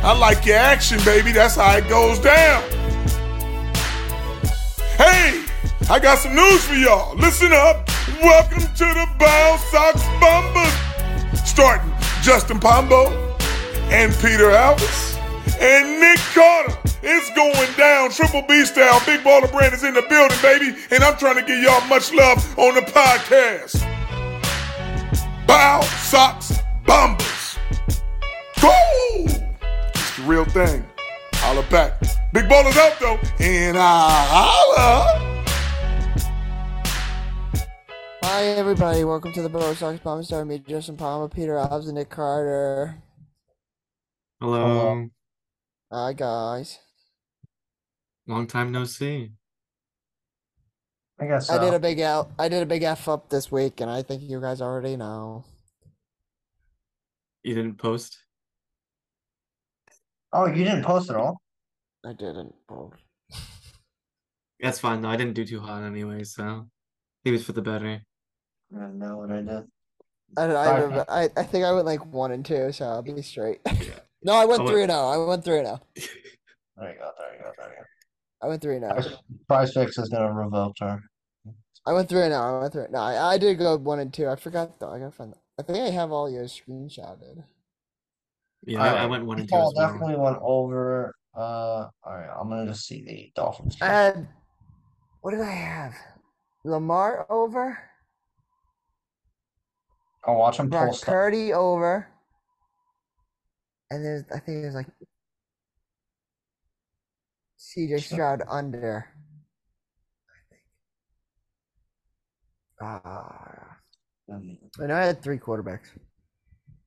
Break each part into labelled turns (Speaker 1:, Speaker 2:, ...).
Speaker 1: I like your action, baby. That's how it goes down. Hey, I got some news for y'all. Listen up. Welcome to the Bound Sox Bombers. Starting Justin Pombo and Peter Alvis and Nick Carter. It's going down. Triple B style. Big Baller Brand is in the building, baby. And I'm trying to give y'all much love on the podcast. Bow Sox Bombers. Go! It's the real thing. Holla back. Big Baller's out, though. And I holla.
Speaker 2: Hi, everybody. Welcome to the Bo Sox Bomb Star. Me, Justin Palmer, Peter Alves, and Nick Carter.
Speaker 3: Hello.
Speaker 4: Um,
Speaker 2: Hi, guys.
Speaker 3: Long time no see.
Speaker 4: I guess
Speaker 2: I did
Speaker 4: so.
Speaker 2: a big L. I did a big F up this week, and I think you guys already know.
Speaker 3: You didn't post?
Speaker 4: Oh, you didn't post at all?
Speaker 2: I didn't. Oh,
Speaker 3: That's fine though. I didn't do too hot anyway, so he was for the better.
Speaker 4: I don't know what I did.
Speaker 2: I don't know, I,
Speaker 4: Sorry.
Speaker 2: remember, I I think I went like one and two, so I'll be straight.
Speaker 3: Yeah.
Speaker 2: no, I went
Speaker 3: I went-
Speaker 2: three and zero. I went three and zero.
Speaker 4: There you go. There you go. There you
Speaker 2: I went three and oh.
Speaker 4: go.
Speaker 2: zero.
Speaker 4: Price- Price fix is gonna revoke her.
Speaker 2: I went three and zero. I went three. No, I, I did go one and two. I forgot though. I gotta find. I think I have all your screenshotted.
Speaker 3: Yeah, I, I
Speaker 4: Alright.
Speaker 3: went one and two
Speaker 4: Paul
Speaker 3: as well.
Speaker 4: definitely went over. Uh, all right. I'm gonna just see the Dolphins.
Speaker 2: I had. What did I have? Lamar over.
Speaker 4: I'll watch him pull
Speaker 2: Brock
Speaker 4: stuff.
Speaker 2: Purdy over. And there's, I think there's like CJ Stroud under. Ah, I know I had three quarterbacks,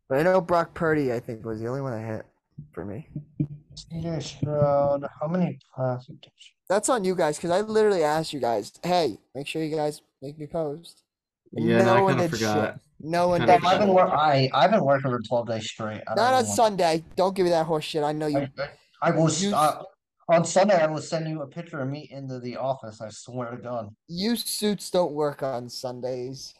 Speaker 2: but I know Brock Purdy. I think was the only one I hit for me.
Speaker 4: Peter Stroud. How many passes? did she-
Speaker 2: That's on you guys because I literally asked you guys, "Hey, make sure you guys make me post." And
Speaker 3: Yeah, no, I
Speaker 2: one
Speaker 3: kinda
Speaker 2: did shit.
Speaker 3: forgot.
Speaker 2: No one
Speaker 3: Kinda
Speaker 2: did.
Speaker 4: Damn,
Speaker 3: forgot.
Speaker 4: I've
Speaker 2: shit.
Speaker 4: been wor- I I've been working for twelve days straight. I
Speaker 2: Not on
Speaker 4: don't know
Speaker 2: Sunday. Don't give me that horse shit. I know you.
Speaker 4: why. I, I will. s-
Speaker 2: You-
Speaker 4: Uh, on Sunday, I will send you a picture of me into the office. I swear to God.
Speaker 2: You suits don't work on Sundays.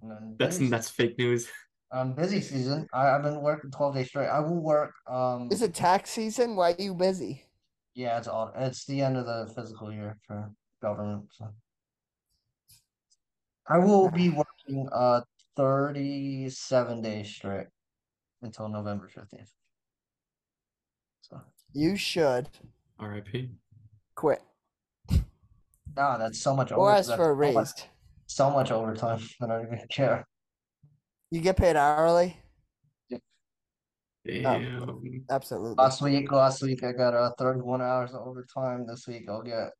Speaker 4: And then
Speaker 3: That's
Speaker 4: busy-
Speaker 3: that's fake news.
Speaker 4: on Um, busy season. I, I've been working twelve days straight. I will work. Um,
Speaker 2: Is it tax season? Why are you busy?
Speaker 4: Yeah, it's all. It's the end of the fiscal year for government. So. I will be working uh thirty-seven days straight until November fifteenth. So,
Speaker 2: You should
Speaker 3: R.I.P.
Speaker 2: quit
Speaker 4: nah, Ah, that's so much.
Speaker 2: or
Speaker 4: over-
Speaker 2: ask
Speaker 4: that's
Speaker 2: for a
Speaker 4: so much-
Speaker 2: raise.
Speaker 4: So much overtime. I don't even care.
Speaker 2: You get paid hourly?
Speaker 4: Oh.
Speaker 3: Damn.
Speaker 2: Absolutely.
Speaker 4: Last week, last week I got uh thirty-one hours of overtime. This week I'll get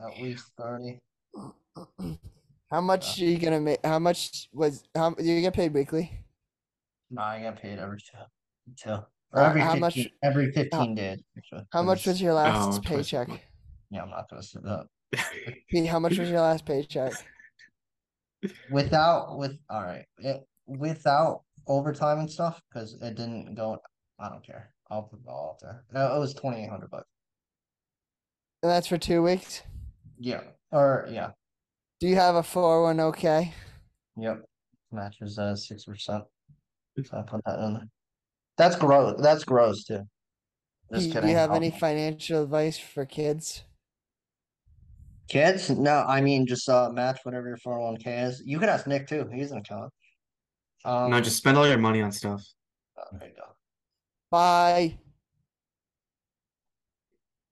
Speaker 4: at least thirty.
Speaker 2: How much are you gonna make? How much was how you get paid weekly?
Speaker 4: No, I get paid every two, two. Or
Speaker 2: Uh,
Speaker 4: every
Speaker 2: how
Speaker 4: 15,
Speaker 2: much-
Speaker 4: every fifteen days. actually.
Speaker 2: How much was your
Speaker 3: Oh,
Speaker 2: last
Speaker 3: twice a
Speaker 2: paycheck?
Speaker 3: month.
Speaker 4: Yeah, I'm not gonna sit up.
Speaker 2: Pete, how much was your last paycheck?
Speaker 4: Without with all right, it, without overtime and stuff because it didn't go. I don't care. I'll put it all out there. No, it was twenty eight hundred bucks.
Speaker 2: And that's for two weeks.
Speaker 4: Yeah, or yeah,
Speaker 2: Do you have a 401k?
Speaker 4: yep. Matches uh six percent. So I put that in. there. That's gross. That's gross too.
Speaker 2: Do
Speaker 4: Just
Speaker 2: you- do
Speaker 4: kidding.
Speaker 2: you have
Speaker 4: I'll-
Speaker 2: any financial advice for kids?
Speaker 4: kids? No, I mean just uh match whatever your four hundred one k is. You can ask Nick too. He's an accountant. Um,
Speaker 3: No, just spend all your money on stuff.
Speaker 4: oh, there you go.
Speaker 2: Buy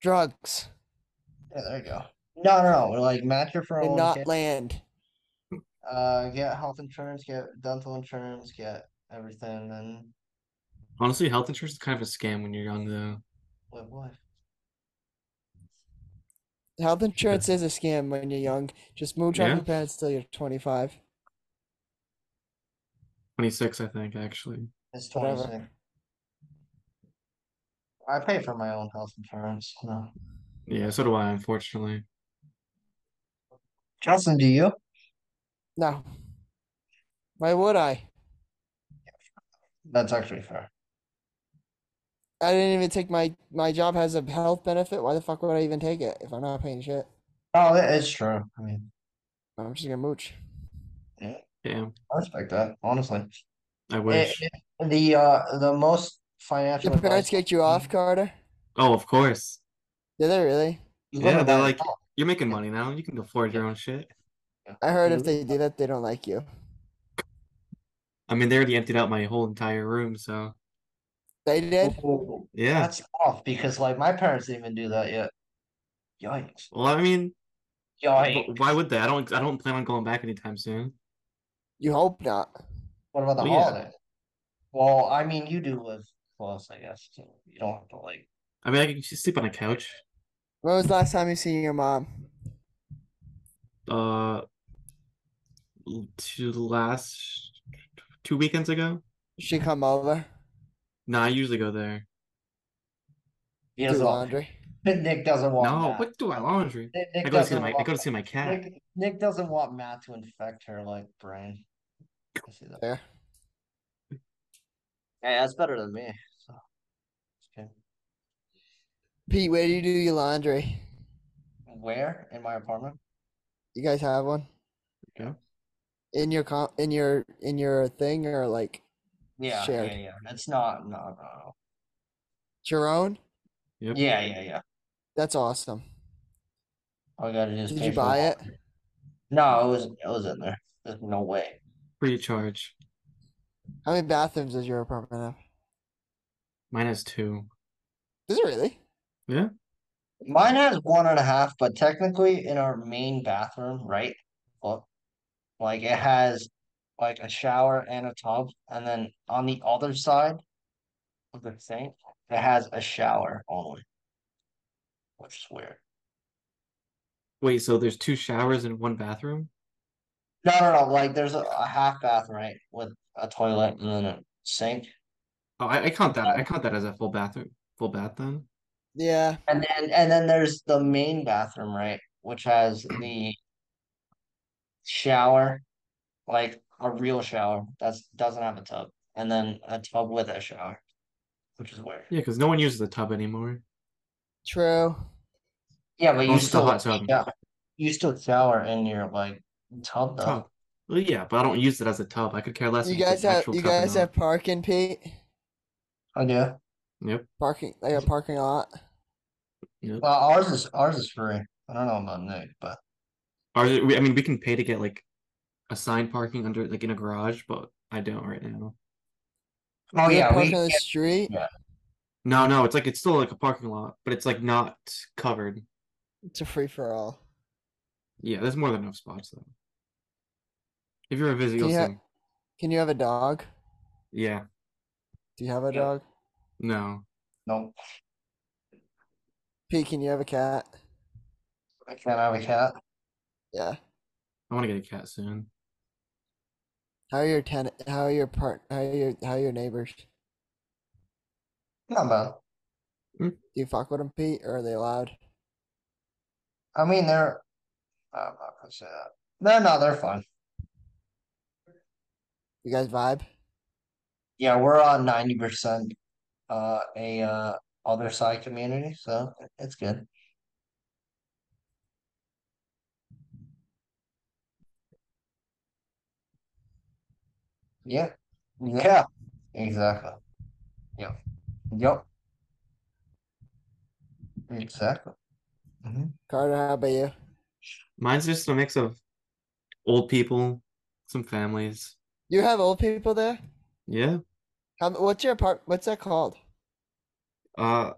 Speaker 2: drugs
Speaker 4: Yeah, there you go. No, no, no. Like match your four hundred
Speaker 2: and
Speaker 4: one
Speaker 2: not
Speaker 4: k.
Speaker 2: land.
Speaker 4: Uh, get health insurance, get dental insurance, get everything, and
Speaker 3: Honestly, health insurance is kind of a scam when you're young though.
Speaker 4: live life.
Speaker 2: Health insurance is a scam when you're young. Just moonshot
Speaker 3: Yeah.
Speaker 2: your parents till you're 25.
Speaker 3: Twenty six, I think, actually.
Speaker 4: It's
Speaker 2: Whatever.
Speaker 4: 26. I pay for my own health insurance. No.
Speaker 3: Yeah, so do I, unfortunately.
Speaker 4: Justin, do you?
Speaker 2: No. Why would I?
Speaker 4: That's actually fair.
Speaker 2: I didn't even take my my job has a health benefit. Why the fuck would I even take it if I'm not paying shit?
Speaker 4: Oh, that is true. I mean,
Speaker 2: I'm just gonna mooch.
Speaker 3: Damn.
Speaker 4: I respect that, honestly.
Speaker 3: I
Speaker 4: It-
Speaker 3: wish.
Speaker 4: it- the uh the most financial.
Speaker 2: Your parents
Speaker 4: advice.
Speaker 2: kicked you off, Carter?
Speaker 3: Oh, of course.
Speaker 2: Did they really?
Speaker 4: You live
Speaker 3: Yeah,
Speaker 4: in
Speaker 3: they're
Speaker 4: that
Speaker 3: like-
Speaker 4: house.
Speaker 3: You're making money now. You can afford your own shit.
Speaker 2: I heard if
Speaker 4: Mhm.
Speaker 2: they do that, they don't like you.
Speaker 3: I mean, they already emptied out my whole entire room, so
Speaker 2: They
Speaker 4: Oh.
Speaker 2: did?
Speaker 4: Ooh,
Speaker 3: yeah.
Speaker 4: That's off because like my parents didn't even do that yet. Yikes!
Speaker 3: Well, I mean, wh-
Speaker 4: Yikes!
Speaker 3: why would they? I don't. I don't plan on going back anytime soon.
Speaker 2: You hope not.
Speaker 4: What about the
Speaker 3: Well, yeah.
Speaker 4: holiday? Well, I mean, you do live close, I guess. So you don't have to like.
Speaker 3: I mean, I can just sleep on a couch.
Speaker 2: When was the last time you seen your mom?
Speaker 3: Uh, l- two last two weekends ago.
Speaker 2: Did she come over?
Speaker 3: No, I usually go there.
Speaker 4: He
Speaker 2: Do
Speaker 4: doesn't.
Speaker 2: laundry?
Speaker 4: Nick doesn't
Speaker 2: Oh,
Speaker 4: want.
Speaker 3: No,
Speaker 4: Matt.
Speaker 3: what do I laundry?
Speaker 4: Nick,
Speaker 3: I
Speaker 4: Nick
Speaker 3: go to see
Speaker 4: doesn't
Speaker 3: my. I
Speaker 4: want.
Speaker 3: go to see my cat.
Speaker 4: Nick, Nick doesn't want Matt to infect her like brain. I see that.
Speaker 2: Fair.
Speaker 4: Hey, that's better than me. So. Okay.
Speaker 2: Pete, where do you do your laundry?
Speaker 4: Where in my apartment?
Speaker 2: You guys have one?
Speaker 3: Yeah.
Speaker 2: In your com- in your in your thing or like
Speaker 4: Yeah,
Speaker 2: Shared.
Speaker 4: yeah, yeah. It's not. No, no,
Speaker 2: it's your own?
Speaker 4: no.
Speaker 3: Yep.
Speaker 4: Yeah, yeah, yeah.
Speaker 2: That's awesome.
Speaker 4: All I gotta do is
Speaker 2: Did
Speaker 4: pay
Speaker 2: you
Speaker 4: for
Speaker 2: buy it?
Speaker 4: No, it was it was in there. There's no way.
Speaker 3: Free charge.
Speaker 2: How many bathrooms does your apartment have?
Speaker 3: Mine has two.
Speaker 2: Is it really?
Speaker 4: Mine has one and a half, but technically in our main bathroom, right? Look, like it has like a shower and a tub, and then on the other side of the sink, it has a shower only, which is weird.
Speaker 3: Wait, so there's two showers and one bathroom?
Speaker 4: No, no, no. Like there's a, a half bath, right, with a toilet and then a sink,
Speaker 3: Oh, I, I count that. I count that as a full bathroom. Full bath then.
Speaker 2: Yeah.
Speaker 4: and then and then there's the main bathroom, right, which has the shower, like a real shower that's doesn't have a tub, and then a tub with a shower, which is weird.
Speaker 3: Yeah, because no one uses the tub anymore.
Speaker 2: True.
Speaker 4: Yeah, but Oh, you
Speaker 3: Also, the
Speaker 4: still
Speaker 3: hot tub.
Speaker 4: shower. You still shower in your like tub though.
Speaker 3: Tub. Well, yeah, but I don't use it as a tub. I could care less.
Speaker 2: You
Speaker 3: if it's an
Speaker 2: guys have
Speaker 3: actual
Speaker 2: you
Speaker 3: tub or
Speaker 2: guys
Speaker 3: not.
Speaker 2: have parking, Pete?
Speaker 4: I Oh, do.
Speaker 3: Yep.
Speaker 2: Parking like a parking lot.
Speaker 3: Yep.
Speaker 4: Well, ours is ours is free. I don't know about Nick, but
Speaker 3: Are there- we- I mean, we can pay to get like assigned parking under like in a garage, but I don't right now.
Speaker 4: oh
Speaker 2: You
Speaker 4: yeah,
Speaker 2: have
Speaker 4: we
Speaker 2: parking on the street.
Speaker 3: No, no, it's like it's still like a parking lot, but it's like not covered.
Speaker 2: It's a free for all.
Speaker 3: Yeah, there's more than enough spots though. If you're a visit, you'll
Speaker 2: Yeah.
Speaker 3: see.
Speaker 2: Can you have a dog?
Speaker 3: Yeah.
Speaker 2: Do you have a
Speaker 4: Yeah.
Speaker 2: dog?
Speaker 3: No.
Speaker 4: no,
Speaker 2: Pete, can you have a cat?
Speaker 4: I can't have a cat.
Speaker 2: Yeah.
Speaker 3: I want to get a cat soon.
Speaker 2: How are your tenant? How are your part? How are your how are your neighbors?
Speaker 4: Not bad.
Speaker 2: Do you fuck with them, Pete, or are they loud?
Speaker 4: I mean, they're. I'm not gonna say that. No, no, they're fine.
Speaker 2: You guys vibe?
Speaker 4: Yeah, we're on ninety percent, uh, a uh, other side community, so it's good. Yeah, yeah, exactly. Yep, yep, exactly. hmm
Speaker 2: Carter, how about you?
Speaker 3: Mine's just a mix of old people, some families.
Speaker 2: You have old people there?
Speaker 3: Yeah.
Speaker 2: How, what's your apart? What's that called?
Speaker 3: Uh,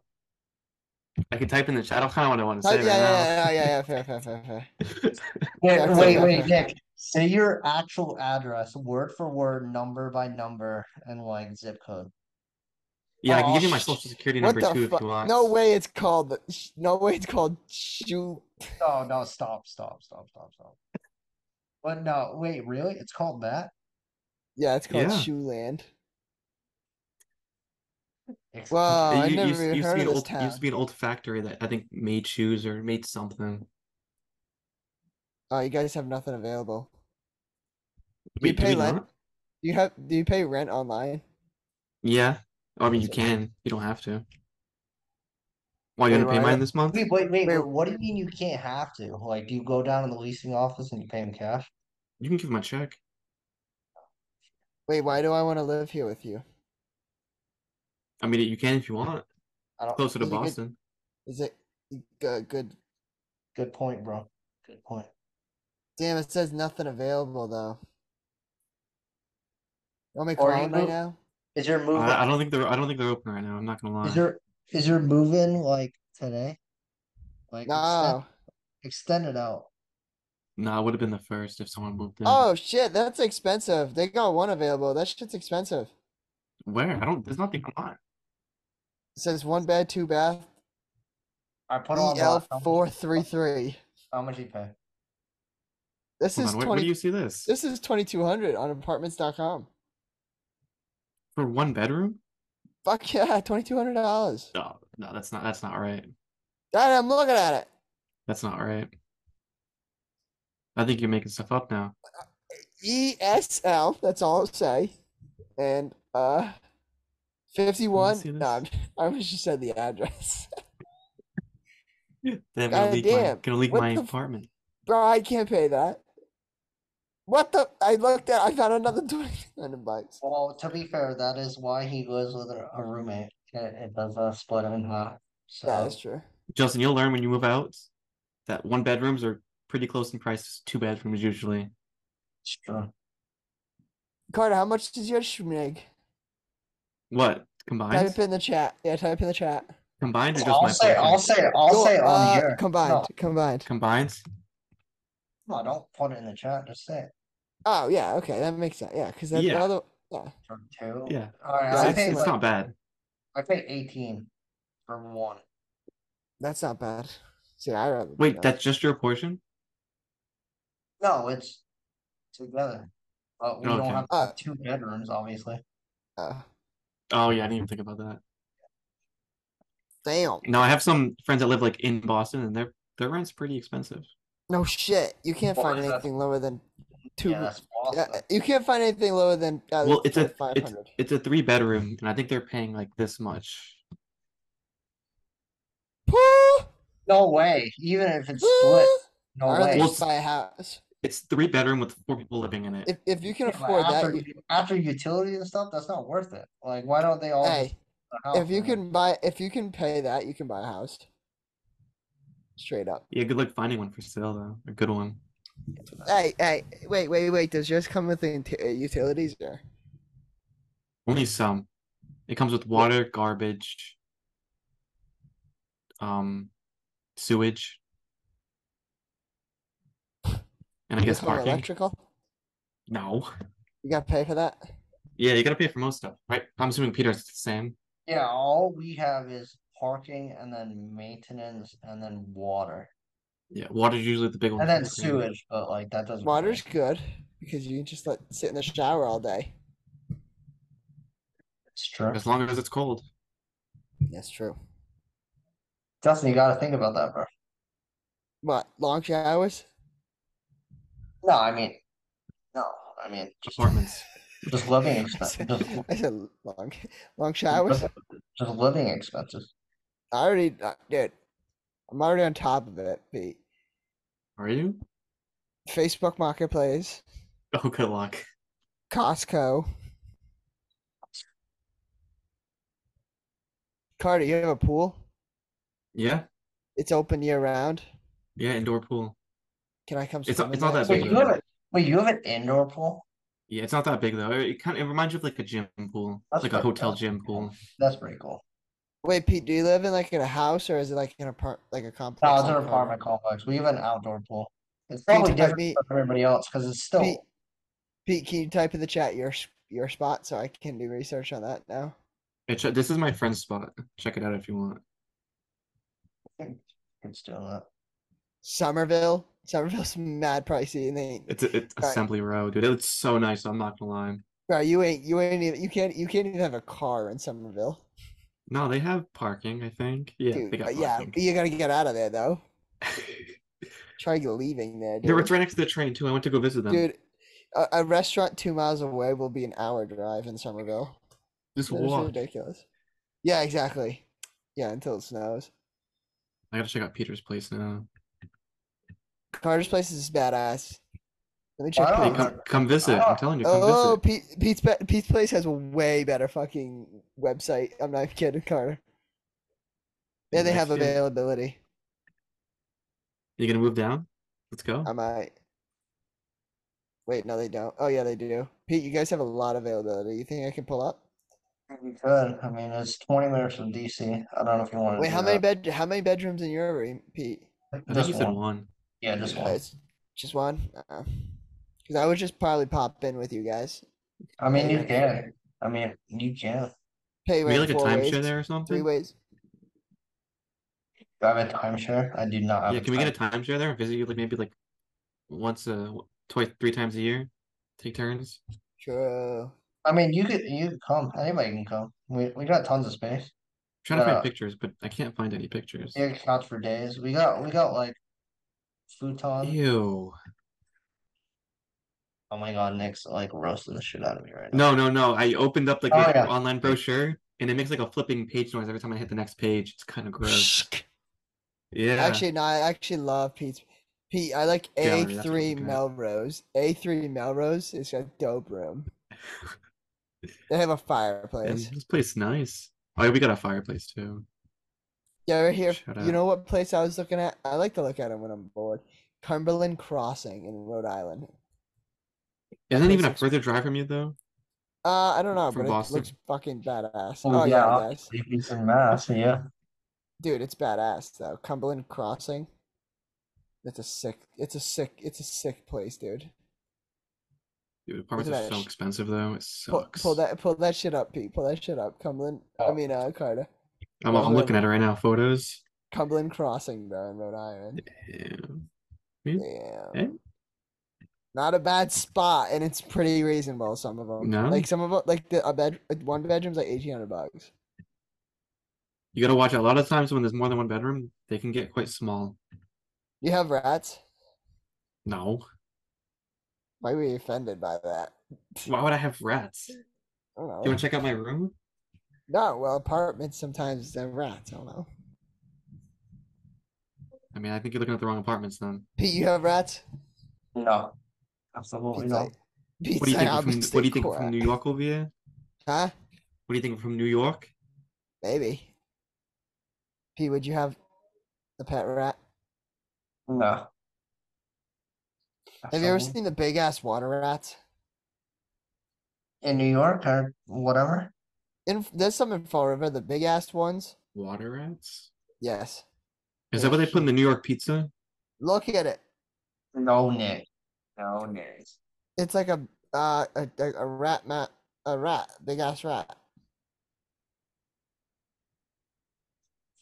Speaker 3: I could type in the chat. I don't kind of what I want to
Speaker 2: Oh,
Speaker 3: say
Speaker 2: yeah, yeah, yeah,
Speaker 3: right
Speaker 2: yeah, yeah. Fair, fair, fair, fair.
Speaker 3: now.
Speaker 4: Wait,
Speaker 2: Exactly,
Speaker 4: wait, wait,
Speaker 2: exactly.
Speaker 4: Nick. Say your actual address, word for word, number by number, and like zip code.
Speaker 3: yeah, I can give you my
Speaker 2: Aw,
Speaker 3: social security
Speaker 2: What
Speaker 3: number
Speaker 2: the
Speaker 3: too if
Speaker 2: fuck?
Speaker 3: you want.
Speaker 2: No way. It's called. the- sh- No way. It's called shoe.
Speaker 4: No, no, stop, stop, stop, stop, stop. But no, wait, really? It's called that?
Speaker 2: Yeah, it's called
Speaker 3: Yeah.
Speaker 2: shoe land.
Speaker 4: Ex-
Speaker 2: Wow, Uh, I
Speaker 3: It u-
Speaker 2: never
Speaker 3: used,
Speaker 2: even
Speaker 3: used to
Speaker 2: heard
Speaker 3: be
Speaker 2: of
Speaker 3: an
Speaker 2: this
Speaker 3: old,
Speaker 2: town.
Speaker 3: used to be an old factory that I think made shoes or made something.
Speaker 2: Oh, you guys have nothing available.
Speaker 3: Wait, do
Speaker 2: pay
Speaker 3: we
Speaker 2: rent?
Speaker 3: not?
Speaker 2: Do you have? Do you pay rent online?
Speaker 3: Yeah. Oh, I mean, you
Speaker 2: So-
Speaker 3: can. You don't have to. Why, you
Speaker 2: Wait,
Speaker 3: gonna pay
Speaker 2: why-
Speaker 3: mine this month?
Speaker 4: Wait, wait, wait,
Speaker 2: Wait.
Speaker 4: wait, what do you mean you can't have to? Like, do you go down to the leasing office and you pay them cash?
Speaker 3: You can give my check.
Speaker 2: Wait, why do I want to live here with you?
Speaker 3: I mean, you can if you want.
Speaker 4: I don't-
Speaker 3: Closer to
Speaker 2: You could-
Speaker 3: Boston.
Speaker 2: Is it good? good.
Speaker 4: Good point, bro. Good point.
Speaker 2: Damn, it says nothing available though. You want me to
Speaker 4: Or
Speaker 2: call
Speaker 4: you
Speaker 2: him right
Speaker 4: move-
Speaker 2: now?
Speaker 4: Is your move
Speaker 3: I, I don't think they're. I don't think they're open right now. I'm not gonna lie.
Speaker 4: is your is your move in like today? Like extend,
Speaker 2: No.
Speaker 4: extend it out.
Speaker 3: Nah, it would have been the first if someone moved in.
Speaker 2: Oh shit, that's expensive. They got one available. That shit's expensive.
Speaker 3: Where? I don't. There's nothing online.
Speaker 2: It says one bed, two bath,
Speaker 4: I put on
Speaker 2: EL
Speaker 4: block. How much-
Speaker 2: four three three.
Speaker 4: How much you pay?
Speaker 2: This
Speaker 3: Hold
Speaker 2: is
Speaker 3: on. Where, where do
Speaker 2: twenty.
Speaker 3: you see this?
Speaker 2: This is twenty two hundred on apartments.com.
Speaker 3: For one bedroom?
Speaker 2: Fuck yeah, twenty two hundred dollars.
Speaker 3: No, no, that's not. That's not right.
Speaker 2: Dad, I'm looking at it.
Speaker 3: That's not right. I think you're making stuff up now.
Speaker 2: ESL. E That's all I'll say. And uh, fifty-one.
Speaker 3: see this?
Speaker 2: No, I'm- I almost just said the address,
Speaker 3: Damn, gonna leak my,
Speaker 2: Goddamn,
Speaker 3: gonna leak
Speaker 2: what
Speaker 3: my
Speaker 2: the f-
Speaker 3: apartment.
Speaker 2: bro. I can't pay that. What the? I looked at. I found another twenty hundred bucks.
Speaker 4: Well, to be fair, that is why he lives with a, a roommate. It, it does uh, split in half. So
Speaker 3: Oh.
Speaker 2: Yeah, that's true.
Speaker 3: Justin, you'll learn when you move out that one bedrooms are pretty close in price to two bedrooms usually.
Speaker 4: it's true.
Speaker 2: Carter, how much does your schmig?
Speaker 3: What? Combined?
Speaker 2: Type in the chat. Yeah, type in the chat.
Speaker 3: Combined or just
Speaker 4: I'll
Speaker 3: my
Speaker 4: say, I'll
Speaker 3: apartment?
Speaker 4: say, I'll
Speaker 2: No,
Speaker 4: say it on
Speaker 2: uh,
Speaker 4: here.
Speaker 2: Combined.
Speaker 4: No,
Speaker 2: Combined.
Speaker 3: Combined?
Speaker 4: no, don't put it in the chat. Just say it.
Speaker 2: Oh yeah. Okay, that makes sense. Yeah, because that's
Speaker 3: Yeah.
Speaker 2: the other. Yeah.
Speaker 4: For two.
Speaker 3: Yeah.
Speaker 4: All right.
Speaker 2: Yeah,
Speaker 4: I
Speaker 3: It's,
Speaker 4: pay
Speaker 3: it's
Speaker 4: like,
Speaker 3: not bad.
Speaker 4: I pay eighteen for one.
Speaker 2: That's not bad. See, I rather. do
Speaker 3: Wait,
Speaker 2: that.
Speaker 3: that's just your portion?
Speaker 4: No, it's together. But we don't
Speaker 3: Okay.
Speaker 4: have
Speaker 2: Uh,
Speaker 4: two bedrooms, obviously.
Speaker 2: Uh,
Speaker 3: Oh yeah, I didn't even think about that.
Speaker 2: damn.
Speaker 3: No, I have some friends that live like in Boston and their their rent's pretty expensive.
Speaker 2: No shit. You can't
Speaker 4: Well,
Speaker 2: find
Speaker 4: that's-
Speaker 2: anything lower than two.
Speaker 4: Yeah, that's
Speaker 2: Yeah,
Speaker 4: Boston.
Speaker 2: you can't find anything lower than uh,
Speaker 3: Well, it's a
Speaker 2: five
Speaker 3: it's
Speaker 2: hundred.
Speaker 3: it's a three bedroom and I think they're paying like this much.
Speaker 4: No way. Even if it's split, no
Speaker 2: I'd rather
Speaker 4: way.
Speaker 3: Well,
Speaker 2: just buy a house.
Speaker 3: It's three bedroom with four people living in it.
Speaker 2: If if you can
Speaker 4: Yeah, but
Speaker 2: afford
Speaker 4: after,
Speaker 2: that, you,
Speaker 4: u- after utilities and stuff, that's not worth it. Like, why don't they all just
Speaker 2: hey,
Speaker 4: buy a house
Speaker 2: if you
Speaker 4: and then-
Speaker 2: can buy, if you can pay that, you can buy a house. Straight up.
Speaker 3: Yeah, good luck finding one for sale though. A good one.
Speaker 2: Hey, hey, wait, wait, wait. Does yours come with the ut- uh, utilities there?
Speaker 3: Only some. It comes with water, garbage, um, sewage, and I guess parking.
Speaker 2: electrical.
Speaker 3: No.
Speaker 2: You gotta pay for that.
Speaker 3: Yeah, you gotta pay for most stuff, right? I'm assuming Peter's the same.
Speaker 4: Yeah, all we have is parking and then maintenance and then water.
Speaker 3: Yeah, water's usually the big one.
Speaker 4: And
Speaker 3: for
Speaker 4: then
Speaker 3: the same.
Speaker 4: sewage, but like that doesn't
Speaker 2: Water's good because you can just let sit in the shower all day.
Speaker 4: It's true.
Speaker 3: As long as it's cold.
Speaker 2: That's true.
Speaker 4: Dustin, you gotta think about that, bro.
Speaker 2: What long showers?
Speaker 4: No, I mean, no, I mean, just,
Speaker 3: Apartments.
Speaker 4: just living
Speaker 2: I
Speaker 4: expenses.
Speaker 2: said,
Speaker 4: Just,
Speaker 2: I said long, long showers.
Speaker 4: just, just living expenses.
Speaker 2: I already, uh, dude, I'm already on top of it. Pete.
Speaker 3: Are you?
Speaker 2: Facebook Marketplace,
Speaker 3: Oh, good luck.
Speaker 2: Costco. Carter, you have a pool.
Speaker 3: Yeah,
Speaker 2: It's open year round.
Speaker 3: yeah, indoor pool.
Speaker 2: Can I come?
Speaker 3: It's
Speaker 2: swim
Speaker 3: not-
Speaker 2: in
Speaker 3: it's not that
Speaker 4: Wait,
Speaker 3: big
Speaker 4: you
Speaker 3: of
Speaker 4: have
Speaker 3: a-
Speaker 4: a wait, you have an indoor pool?
Speaker 3: Yeah, it's not that big though. It kind of it reminds you of like a gym pool,
Speaker 4: That's
Speaker 3: like a
Speaker 4: pretty-
Speaker 3: hotel
Speaker 4: that's
Speaker 3: gym
Speaker 4: pretty cool.
Speaker 3: pool.
Speaker 4: That's pretty cool.
Speaker 2: Wait, Pete, do you live in like in a house or is it like an apart, like a complex?
Speaker 4: No, it's
Speaker 2: like
Speaker 4: an
Speaker 2: Carter?
Speaker 4: apartment complex. We have an outdoor pool. It's
Speaker 2: Can you
Speaker 4: probably
Speaker 2: type
Speaker 4: different
Speaker 2: me-
Speaker 4: from everybody else because it's still
Speaker 2: Pete, Pete, can you type in the chat your s- your spot so I can do research on that now?
Speaker 3: It, this is my friend's spot. Check it out if you want.
Speaker 4: it's doing that.
Speaker 2: Somerville, Somerville's mad pricey, and they
Speaker 3: It's it's
Speaker 2: Right.
Speaker 3: Assembly Row, dude. It's so nice. I'm not gonna lie.
Speaker 2: Bro, you ain't you ain't even you can't you can't even have a car in Somerville.
Speaker 3: No, they have parking, I think. Yeah,
Speaker 2: Dude,
Speaker 3: they got
Speaker 2: but yeah,
Speaker 3: parking.
Speaker 2: you gotta get out of there though. Try leaving there,
Speaker 3: They were
Speaker 2: dude.
Speaker 3: right next to the train too. I went to go visit them.
Speaker 2: Dude, a, a restaurant two miles away will be an hour drive in Somerville.
Speaker 3: Just
Speaker 2: That is
Speaker 3: walk.
Speaker 2: ridiculous. Yeah, exactly. Yeah, until it snows.
Speaker 3: I gotta check out Peter's place now.
Speaker 2: Carter's place is badass. Let me
Speaker 4: I
Speaker 2: check.
Speaker 4: don't
Speaker 3: Hey,
Speaker 2: Pete's.
Speaker 3: come, come visit. I'm telling you, come
Speaker 2: Oh,
Speaker 3: visit.
Speaker 2: Pete, Pete's, Ba- Pete's Place has a way better fucking website. I'm not even kidding, Carter. Yeah, they
Speaker 3: Nice
Speaker 2: have
Speaker 3: shit.
Speaker 2: availability.
Speaker 3: You gonna move down? Let's go.
Speaker 2: I might. Wait, no, they don't. Oh, yeah, they do. Pete, you guys have a lot of availability. You think I can pull up?
Speaker 4: You could. I mean, it's 20 minutes from DC. I don't know if you want to.
Speaker 2: Wait, how many bed? How many bedrooms in your room, Pete?
Speaker 3: I think
Speaker 4: Just
Speaker 3: you said
Speaker 4: one.
Speaker 3: one.
Speaker 4: Yeah, just
Speaker 2: Uh,
Speaker 4: one.
Speaker 2: it's just one. Because I would just probably pop in with you guys.
Speaker 4: I mean, you
Speaker 2: yeah.
Speaker 4: can. I mean, you can.
Speaker 2: Pay
Speaker 3: We
Speaker 2: rent
Speaker 3: like a
Speaker 2: four ways,
Speaker 3: timeshare there or
Speaker 2: three
Speaker 3: something?
Speaker 2: ways.
Speaker 4: Do I have a timeshare? I do not have
Speaker 3: Yeah,
Speaker 4: a
Speaker 3: can we get a
Speaker 4: timeshare.
Speaker 2: Uh,
Speaker 3: timeshare there? and Visit you like maybe like once a w- twice three times a year. Take turns.
Speaker 2: True.
Speaker 4: I mean, you could you could come. Anybody can come. We we got tons of space.
Speaker 3: trying to
Speaker 4: Yeah.
Speaker 3: find pictures, but I can't find any pictures.
Speaker 4: We got couch for days. We got we got like futon.
Speaker 3: Ew.
Speaker 4: Oh my god, Nick's like roasting the shit out of me right now.
Speaker 3: No, no, no. I opened up like
Speaker 4: Oh,
Speaker 3: an
Speaker 4: yeah.
Speaker 3: online brochure and it makes like a flipping page noise every time I hit the next page. It's kind of gross. Yeah.
Speaker 2: Actually, no, I actually love Pete's. Pete, I like
Speaker 3: Gallery, that's what
Speaker 2: A3
Speaker 3: I'm looking at.
Speaker 2: Melrose. A3 Melrose is a dope room. They have a
Speaker 3: and
Speaker 2: fireplace.
Speaker 3: this place is nice. Oh, yeah, we got a fireplace too.
Speaker 2: Yeah, right here.
Speaker 3: Shout
Speaker 2: You
Speaker 3: out.
Speaker 2: know what place I was looking at? I like to look at it when I'm bored. Cumberland Crossing in Rhode Island.
Speaker 3: Isn't it
Speaker 2: Place
Speaker 3: even a
Speaker 2: looks-
Speaker 3: further drive from you though?
Speaker 2: Uh, I don't know,
Speaker 3: From
Speaker 2: but
Speaker 3: Boston.
Speaker 2: it looks fucking badass.
Speaker 4: Oh,
Speaker 2: Oh, yeah,
Speaker 4: yeah,
Speaker 2: guys.
Speaker 4: If he's in mass, yeah.
Speaker 2: Dude, it's badass though. Cumberland Crossing. That's a sick. It's a sick. It's a sick place, dude.
Speaker 3: Dude, apartments
Speaker 2: Look at
Speaker 3: are
Speaker 2: that
Speaker 3: so
Speaker 2: sh-
Speaker 3: expensive though. It
Speaker 2: Pull,
Speaker 3: sucks.
Speaker 2: pull that. Pull that shit up, Pete. Pull that shit up, Cumberland. I
Speaker 4: Oh.
Speaker 2: mean, uh, Carter.
Speaker 3: I'm,
Speaker 2: Well,
Speaker 3: I'm looking at it
Speaker 2: whoever.
Speaker 3: right now. Photos.
Speaker 2: Cumberland Crossing, though, in Rhode Island.
Speaker 3: Yeah.
Speaker 2: Yeah. Not a bad spot, and it's pretty reasonable. Some of them,
Speaker 3: No?
Speaker 2: like some of them, like the a bed, like, one bedroom's like eighteen hundred bucks.
Speaker 3: You gotta watch it. a lot of times when there's more than one bedroom, they can get quite small.
Speaker 2: You have rats?
Speaker 3: No.
Speaker 2: Why were you offended by that?
Speaker 3: Why would I have rats? Do
Speaker 2: I don't know.
Speaker 3: you wanna check out my room?
Speaker 2: No, well, apartments sometimes have rats. I don't know.
Speaker 3: I mean, I think you're looking at the wrong apartments then.
Speaker 2: Pete, you have rats?
Speaker 4: No. Absolutely
Speaker 2: Pete's
Speaker 4: not.
Speaker 2: like- Pete's
Speaker 3: What do you
Speaker 2: like,
Speaker 3: think we're
Speaker 2: "I'm gonna
Speaker 3: from, what do
Speaker 2: stay
Speaker 3: you think we're from
Speaker 2: quiet."
Speaker 3: New York over here?
Speaker 2: Huh?
Speaker 3: What do you think we're from New York?
Speaker 2: Maybe. Pete, would you have a pet rat?
Speaker 4: No.
Speaker 2: Have you ever
Speaker 4: Absolutely.
Speaker 2: seen the big ass water rats?
Speaker 4: in New York or whatever?
Speaker 2: In there's some in Fall River, the big ass ones.
Speaker 3: Water rats?
Speaker 2: Yes. Oh,
Speaker 3: Is that what they put in the New York pizza?
Speaker 2: Look at it.
Speaker 4: No, Nick. No, Nick.
Speaker 2: It's like a uh a, a, a rat mat a rat big ass rat.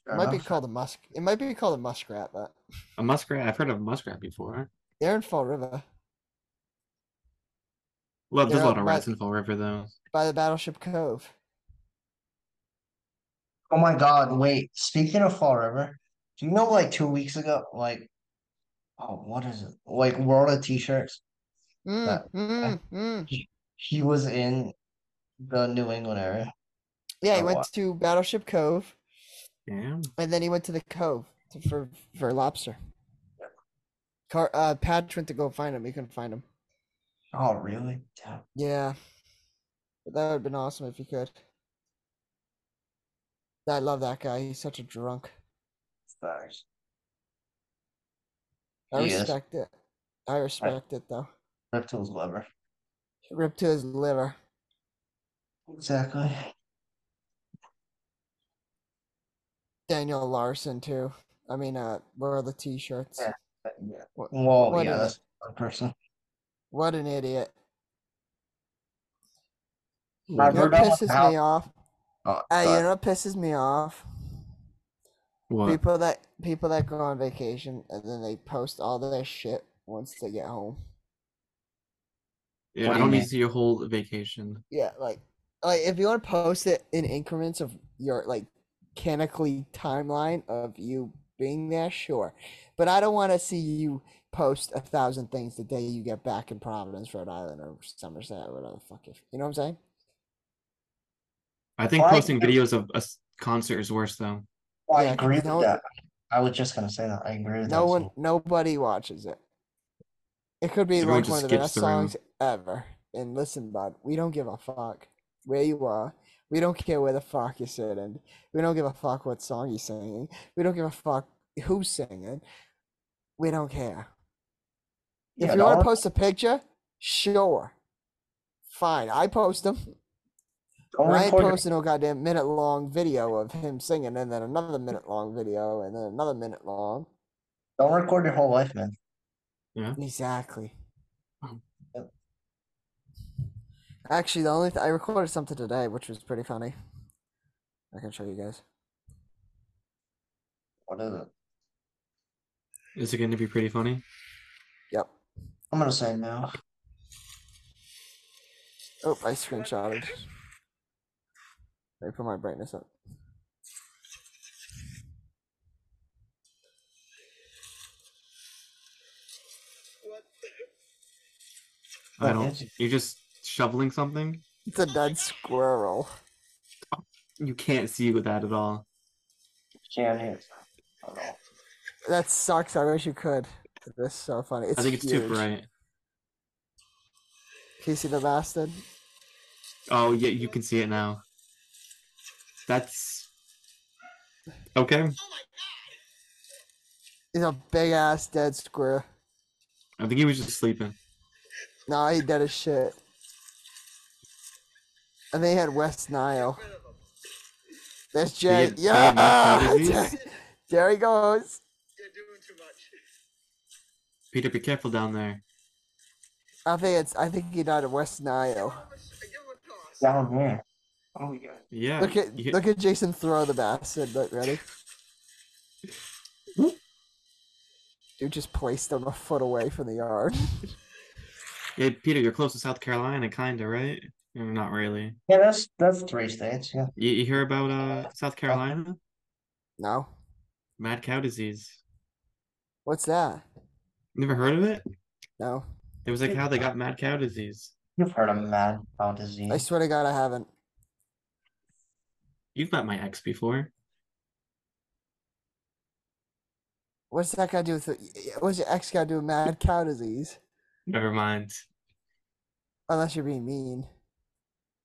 Speaker 4: Fair
Speaker 2: It might be
Speaker 4: enough.
Speaker 2: called a musk. It might be called a muskrat, but
Speaker 3: A muskrat? I've heard of muskrat before.
Speaker 2: they're in Fall River
Speaker 3: Well, there's
Speaker 2: They're
Speaker 3: a
Speaker 2: out
Speaker 3: lot of rats
Speaker 2: by-
Speaker 3: in Fall River though.
Speaker 2: by the Battleship Cove.
Speaker 4: Oh my God, wait. Speaking of Fall River, do you know like two weeks ago, like, oh, what is it? Like World of T-shirts.
Speaker 2: Mm,
Speaker 4: That-
Speaker 2: mm, mm.
Speaker 4: He was in the New England area.
Speaker 2: Yeah, he
Speaker 4: Oh,
Speaker 2: went
Speaker 4: wow.
Speaker 2: to Battleship Cove,
Speaker 3: Damn.
Speaker 2: and then he went to the Cove to, for for lobster. Car uh, Patch went to go find him. He couldn't find him.
Speaker 4: Oh, really? Damn.
Speaker 2: Yeah, but that would have been awesome if he could. I love that guy. He's such a drunk.
Speaker 4: Facts.
Speaker 2: I
Speaker 4: He is.
Speaker 2: respect it. I respect it though.
Speaker 4: Reptiles lover.
Speaker 2: Ripped to his liver.
Speaker 4: Exactly.
Speaker 2: Daniel Larson too. I mean, uh, where are the t-shirts?
Speaker 4: Yeah. But, yeah.
Speaker 2: What-
Speaker 4: Well,
Speaker 2: what
Speaker 4: yeah,
Speaker 2: is
Speaker 4: that's one person.
Speaker 2: What an idiot!
Speaker 4: I've
Speaker 2: You know what
Speaker 4: heard that one
Speaker 2: pisses
Speaker 4: now.
Speaker 2: me off?
Speaker 4: Oh,
Speaker 2: Uh,
Speaker 4: sorry.
Speaker 2: you know what pisses me off?
Speaker 3: What?
Speaker 2: People that people that go on vacation and then they post all their shit once they get home.
Speaker 3: Yeah, I
Speaker 4: What do you
Speaker 3: don't need
Speaker 4: mean?
Speaker 3: to see your whole vacation.
Speaker 2: Yeah, like like if you want to post it in increments of your like canically timeline of you being there, sure. But I don't want to see you post a thousand things the day you get back in Providence, Rhode Island, or Somerset, or whatever the fuck. If, you know what I'm saying?
Speaker 3: I think
Speaker 4: Well, I-
Speaker 3: posting videos of a s- concert is worse though.
Speaker 4: I
Speaker 2: Yeah, 'cause
Speaker 4: agree with
Speaker 2: no-
Speaker 4: that. I was just gonna say that. I agree with that.
Speaker 2: No
Speaker 4: as
Speaker 2: one,
Speaker 4: well.
Speaker 2: nobody watches it. It could be
Speaker 3: Everyone
Speaker 2: like one
Speaker 3: just
Speaker 2: of the best
Speaker 3: skips the room.
Speaker 2: songs ever. And listen, bud, we don't give a fuck where you are. We don't care where the fuck you're sitting. We don't give a fuck what song you're singing. We don't give a fuck who's singing. We don't care.
Speaker 4: Yeah,
Speaker 2: if you want
Speaker 4: no,
Speaker 2: to post a picture, sure. Fine. I post them.
Speaker 4: don't
Speaker 2: Ryan
Speaker 4: record your-
Speaker 2: posted a goddamn minute long video of him singing, and then another minute long video, and then another minute long.
Speaker 4: Don't record your whole life, man.
Speaker 2: Exactly.
Speaker 3: Um,
Speaker 4: Yep.
Speaker 2: Actually, the only th- I recorded something today, which was pretty funny. I can show you guys.
Speaker 4: What is it?
Speaker 3: Is it going to be pretty funny?
Speaker 2: Yep.
Speaker 4: I'm gonna say no.
Speaker 2: Oh, I screenshotted. Let me put my brightness up.
Speaker 3: I
Speaker 4: What
Speaker 3: don't.
Speaker 4: is it?
Speaker 3: You're just shoveling something.
Speaker 2: It's a dead squirrel.
Speaker 3: You can't see with that at all.
Speaker 4: Can't hear. I don't know.
Speaker 2: That sucks. I wish you could. That's so funny. It's
Speaker 3: I think it's
Speaker 2: huge.
Speaker 3: too bright.
Speaker 2: Can you see the bastard?
Speaker 3: Oh yeah, you can see it now. That's okay.
Speaker 2: He's a big ass dead squirrel.
Speaker 3: I think he was just sleeping.
Speaker 2: Nah, he dead as shit. And they had West Nile. That's Jay.
Speaker 3: had- they
Speaker 2: Yeah,
Speaker 3: had mad cow disease?
Speaker 2: Jay- there he goes.
Speaker 3: Peter, be careful down there.
Speaker 2: I think it's. I think he died of West Nile.
Speaker 4: Down here. Oh yeah.
Speaker 3: Yeah.
Speaker 2: Look at
Speaker 3: you-
Speaker 2: look at Jason throw the bastard. Look, ready? Dude just placed him a foot away from the yard.
Speaker 3: yeah, Peter, you're close to South Carolina, kinda, right? Or not really.
Speaker 4: Yeah, that's that's three states. Yeah.
Speaker 3: You, you hear about uh South Carolina?
Speaker 2: No,
Speaker 3: Mad cow disease.
Speaker 2: what's that?
Speaker 3: Never heard of it?
Speaker 2: No,
Speaker 3: It was like how they got mad cow disease.
Speaker 4: You've heard of mad cow disease.
Speaker 3: Hmm.
Speaker 2: I swear to God, I haven't.
Speaker 3: You've met my ex before.
Speaker 2: What's that got to do with? What's your ex got to do with mad cow disease?
Speaker 3: Never mind.
Speaker 2: Unless you're being mean.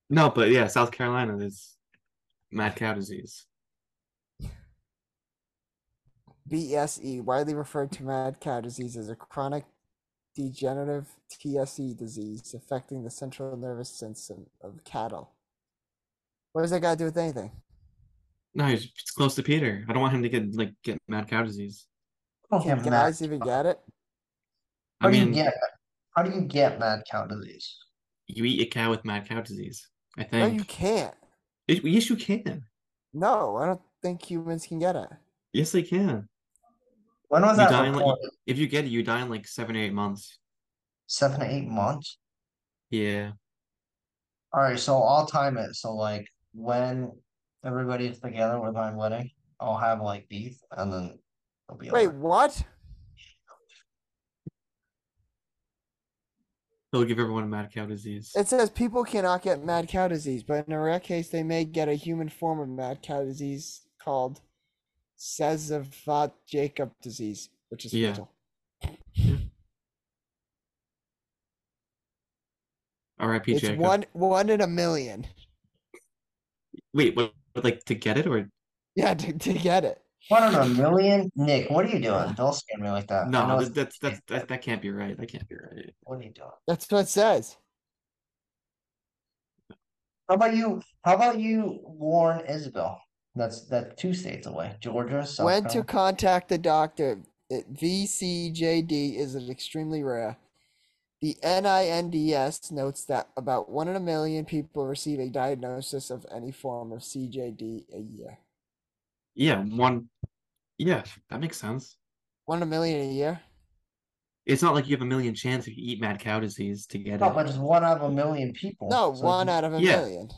Speaker 3: No, but yeah, South Carolina, there's mad cow disease.
Speaker 2: BSE, E, widely referred to mad cow disease as a chronic degenerative TSE disease affecting the central nervous system of cattle. What does that got to do with anything?
Speaker 3: No, he's it's close to Peter. I don't want him to get like get mad cow disease.
Speaker 4: don't
Speaker 2: Can
Speaker 4: get Oh, mad.
Speaker 2: guys even get it?
Speaker 3: I
Speaker 4: How do Oh, you
Speaker 3: mean,
Speaker 4: get? How do you get mad cow disease?
Speaker 3: you eat a cow with mad cow disease. I
Speaker 2: No, you
Speaker 3: think.
Speaker 2: can't.
Speaker 3: It- yes, you can.
Speaker 2: No, I don't think humans can get it.
Speaker 3: Yes, they can.
Speaker 4: When was
Speaker 3: You
Speaker 4: that
Speaker 3: die in, like-
Speaker 4: recorded?
Speaker 3: If you get it, you die in like seven or eight months.
Speaker 4: Seven to eight months.
Speaker 3: Yeah.
Speaker 4: All right, so I'll time it. So like when everybody's together with my wedding, I'll have like beef, and then it'll be
Speaker 2: Wait,
Speaker 4: over.
Speaker 2: what?
Speaker 3: They'll give everyone a mad cow disease.
Speaker 2: It says people cannot get mad cow disease, but in a rare case, they may get a human form of mad cow disease called Sezovat Jacob disease, which is
Speaker 3: Yeah.
Speaker 2: fatal.
Speaker 3: R.I.P.
Speaker 2: it's
Speaker 3: Jacob.
Speaker 2: one one in a million.
Speaker 3: Wait, what, what, like to get it or
Speaker 2: Yeah, to, to get it.
Speaker 4: One in a million? Nick, what are you doing? Don't scare me like that. I know
Speaker 3: no?
Speaker 4: it's-
Speaker 3: That, that's that's that, that can't be right. That can't be right.
Speaker 4: What are you doing?
Speaker 2: That's what it says.
Speaker 4: How about you? How about you warn Isabel? That's that's two states away. Georgia, South
Speaker 2: when to
Speaker 4: Carolina.
Speaker 2: contact the doctor. It, VCJD is an extremely rare. The NINDS notes that about one in a million people receive a diagnosis of any form of CJD a year.
Speaker 3: Yeah, one. Yeah, that makes sense.
Speaker 2: One in a million a year?
Speaker 3: It's not like you have a million chance if you eat mad cow disease to get
Speaker 4: No,
Speaker 3: it.
Speaker 4: but it's one out of a million people.
Speaker 2: No,
Speaker 4: So if
Speaker 2: one
Speaker 4: you-
Speaker 2: out of a
Speaker 3: yeah.
Speaker 2: million.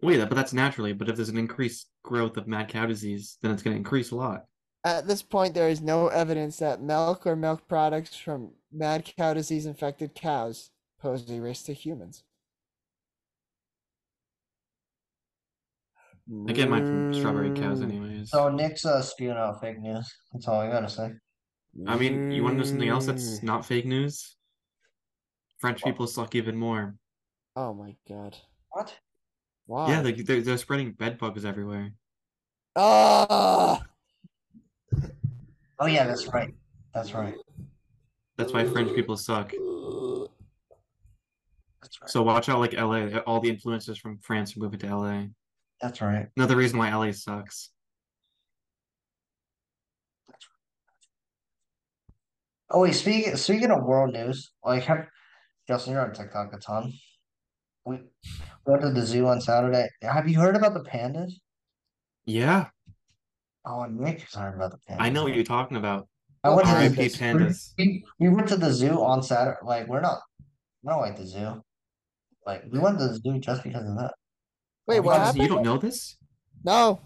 Speaker 3: Wait, but that's naturally. But if there's an increased growth of mad cow disease, then it's going to increase a lot.
Speaker 2: At this point, there is no evidence that milk or milk products from mad cow disease infected cows pose a risk to humans.
Speaker 3: I
Speaker 2: Mm,
Speaker 3: get mine from strawberry cows, anyways.
Speaker 4: So Nick's uh, spewing out fake news. That's all I gotta say.
Speaker 3: I mean, you want to know something else
Speaker 2: Mm.
Speaker 3: that's not fake news? French people suck even more.
Speaker 2: Oh my god.
Speaker 4: What?
Speaker 2: Why?
Speaker 3: Yeah, they, they're, they're spreading bed bugs everywhere.
Speaker 2: Ah!
Speaker 4: Oh yeah, that's right. That's right.
Speaker 3: That's why French people suck.
Speaker 4: That's right.
Speaker 3: So watch out, like LA. All the influencers from France are moving to LA.
Speaker 4: That's right.
Speaker 3: Another reason why LA sucks.
Speaker 4: Oh wait, speaking speaking of world news, like have, Justin, you're on TikTok a ton. We went to the zoo on Saturday. Have you heard about the pandas?
Speaker 3: Yeah,
Speaker 4: Oh, and Nick is heard about the pandas.
Speaker 3: I know what you're talking about.
Speaker 4: I went to
Speaker 3: RIP
Speaker 4: the zoo.
Speaker 3: pandas.
Speaker 4: We, we went to the zoo on Saturday. Like we're not, we're not like the zoo. Like we went to the zoo just because of that.
Speaker 2: Wait, what
Speaker 3: Honestly,
Speaker 2: happened?
Speaker 3: you don't know this?
Speaker 2: No,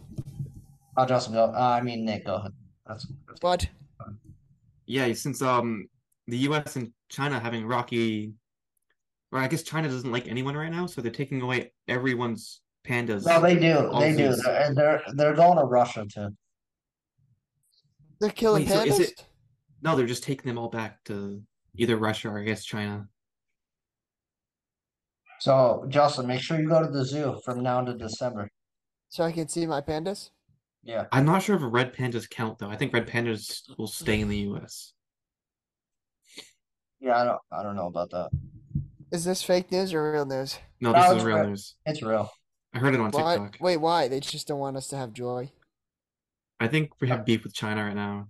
Speaker 4: Oh, Justin, go. Uh, I mean Nick, go ahead. That's
Speaker 2: bud.
Speaker 3: Yeah, since um the U.S. and China having rocky, or I guess China doesn't like anyone right now, so they're taking away everyone's pandas.
Speaker 4: no, they do.
Speaker 3: All
Speaker 4: They do.
Speaker 3: zoos.
Speaker 4: They're, they're they're going to Russia too.
Speaker 2: They're killing
Speaker 3: Wait, so
Speaker 2: pandas.
Speaker 3: is it- No, they're just taking them all back to either Russia or I guess China.
Speaker 4: So Justin, make sure you go to the zoo from now to December.
Speaker 2: So I can see my pandas.
Speaker 4: Yeah.
Speaker 3: I'm not sure if red pandas count though. I think red pandas will stay in the U.S.
Speaker 4: Yeah, I don't I don't know about that.
Speaker 2: Is this fake news or real news?
Speaker 3: No,
Speaker 4: No,
Speaker 3: this
Speaker 4: it's
Speaker 3: is real
Speaker 4: red.
Speaker 3: news.
Speaker 4: It's real.
Speaker 3: I heard it on
Speaker 2: Why?
Speaker 3: TikTok.
Speaker 2: Wait, why? They just don't want us to have joy.
Speaker 3: I think we have beef with China right now.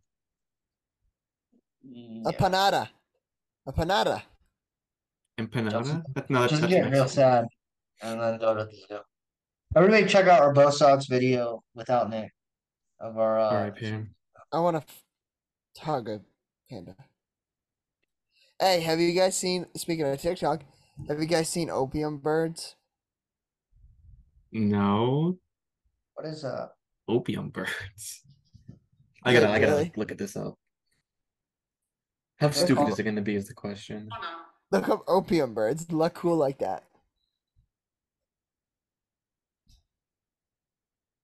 Speaker 2: A panada. A panada.
Speaker 3: Empanada?
Speaker 4: Justin-
Speaker 3: That, no, that's,
Speaker 4: Just
Speaker 3: that's
Speaker 4: get real
Speaker 3: Mexican.
Speaker 4: sad and then go to the zoo. Everybody check out our Bosocks video without Nick of our uh
Speaker 3: R.I.P.
Speaker 2: I want to f- hug a panda. Hey, have you guys seen? Speaking of TikTok, have you guys seen opium birds?
Speaker 3: No,
Speaker 4: what is that?
Speaker 3: opium birds. I
Speaker 2: Yeah,
Speaker 3: gotta, I gotta
Speaker 2: really?
Speaker 3: look at this up. How
Speaker 4: They're
Speaker 3: stupid
Speaker 4: called-
Speaker 3: is it gonna be? Is the question.
Speaker 2: Look up opium birds. Look cool like that.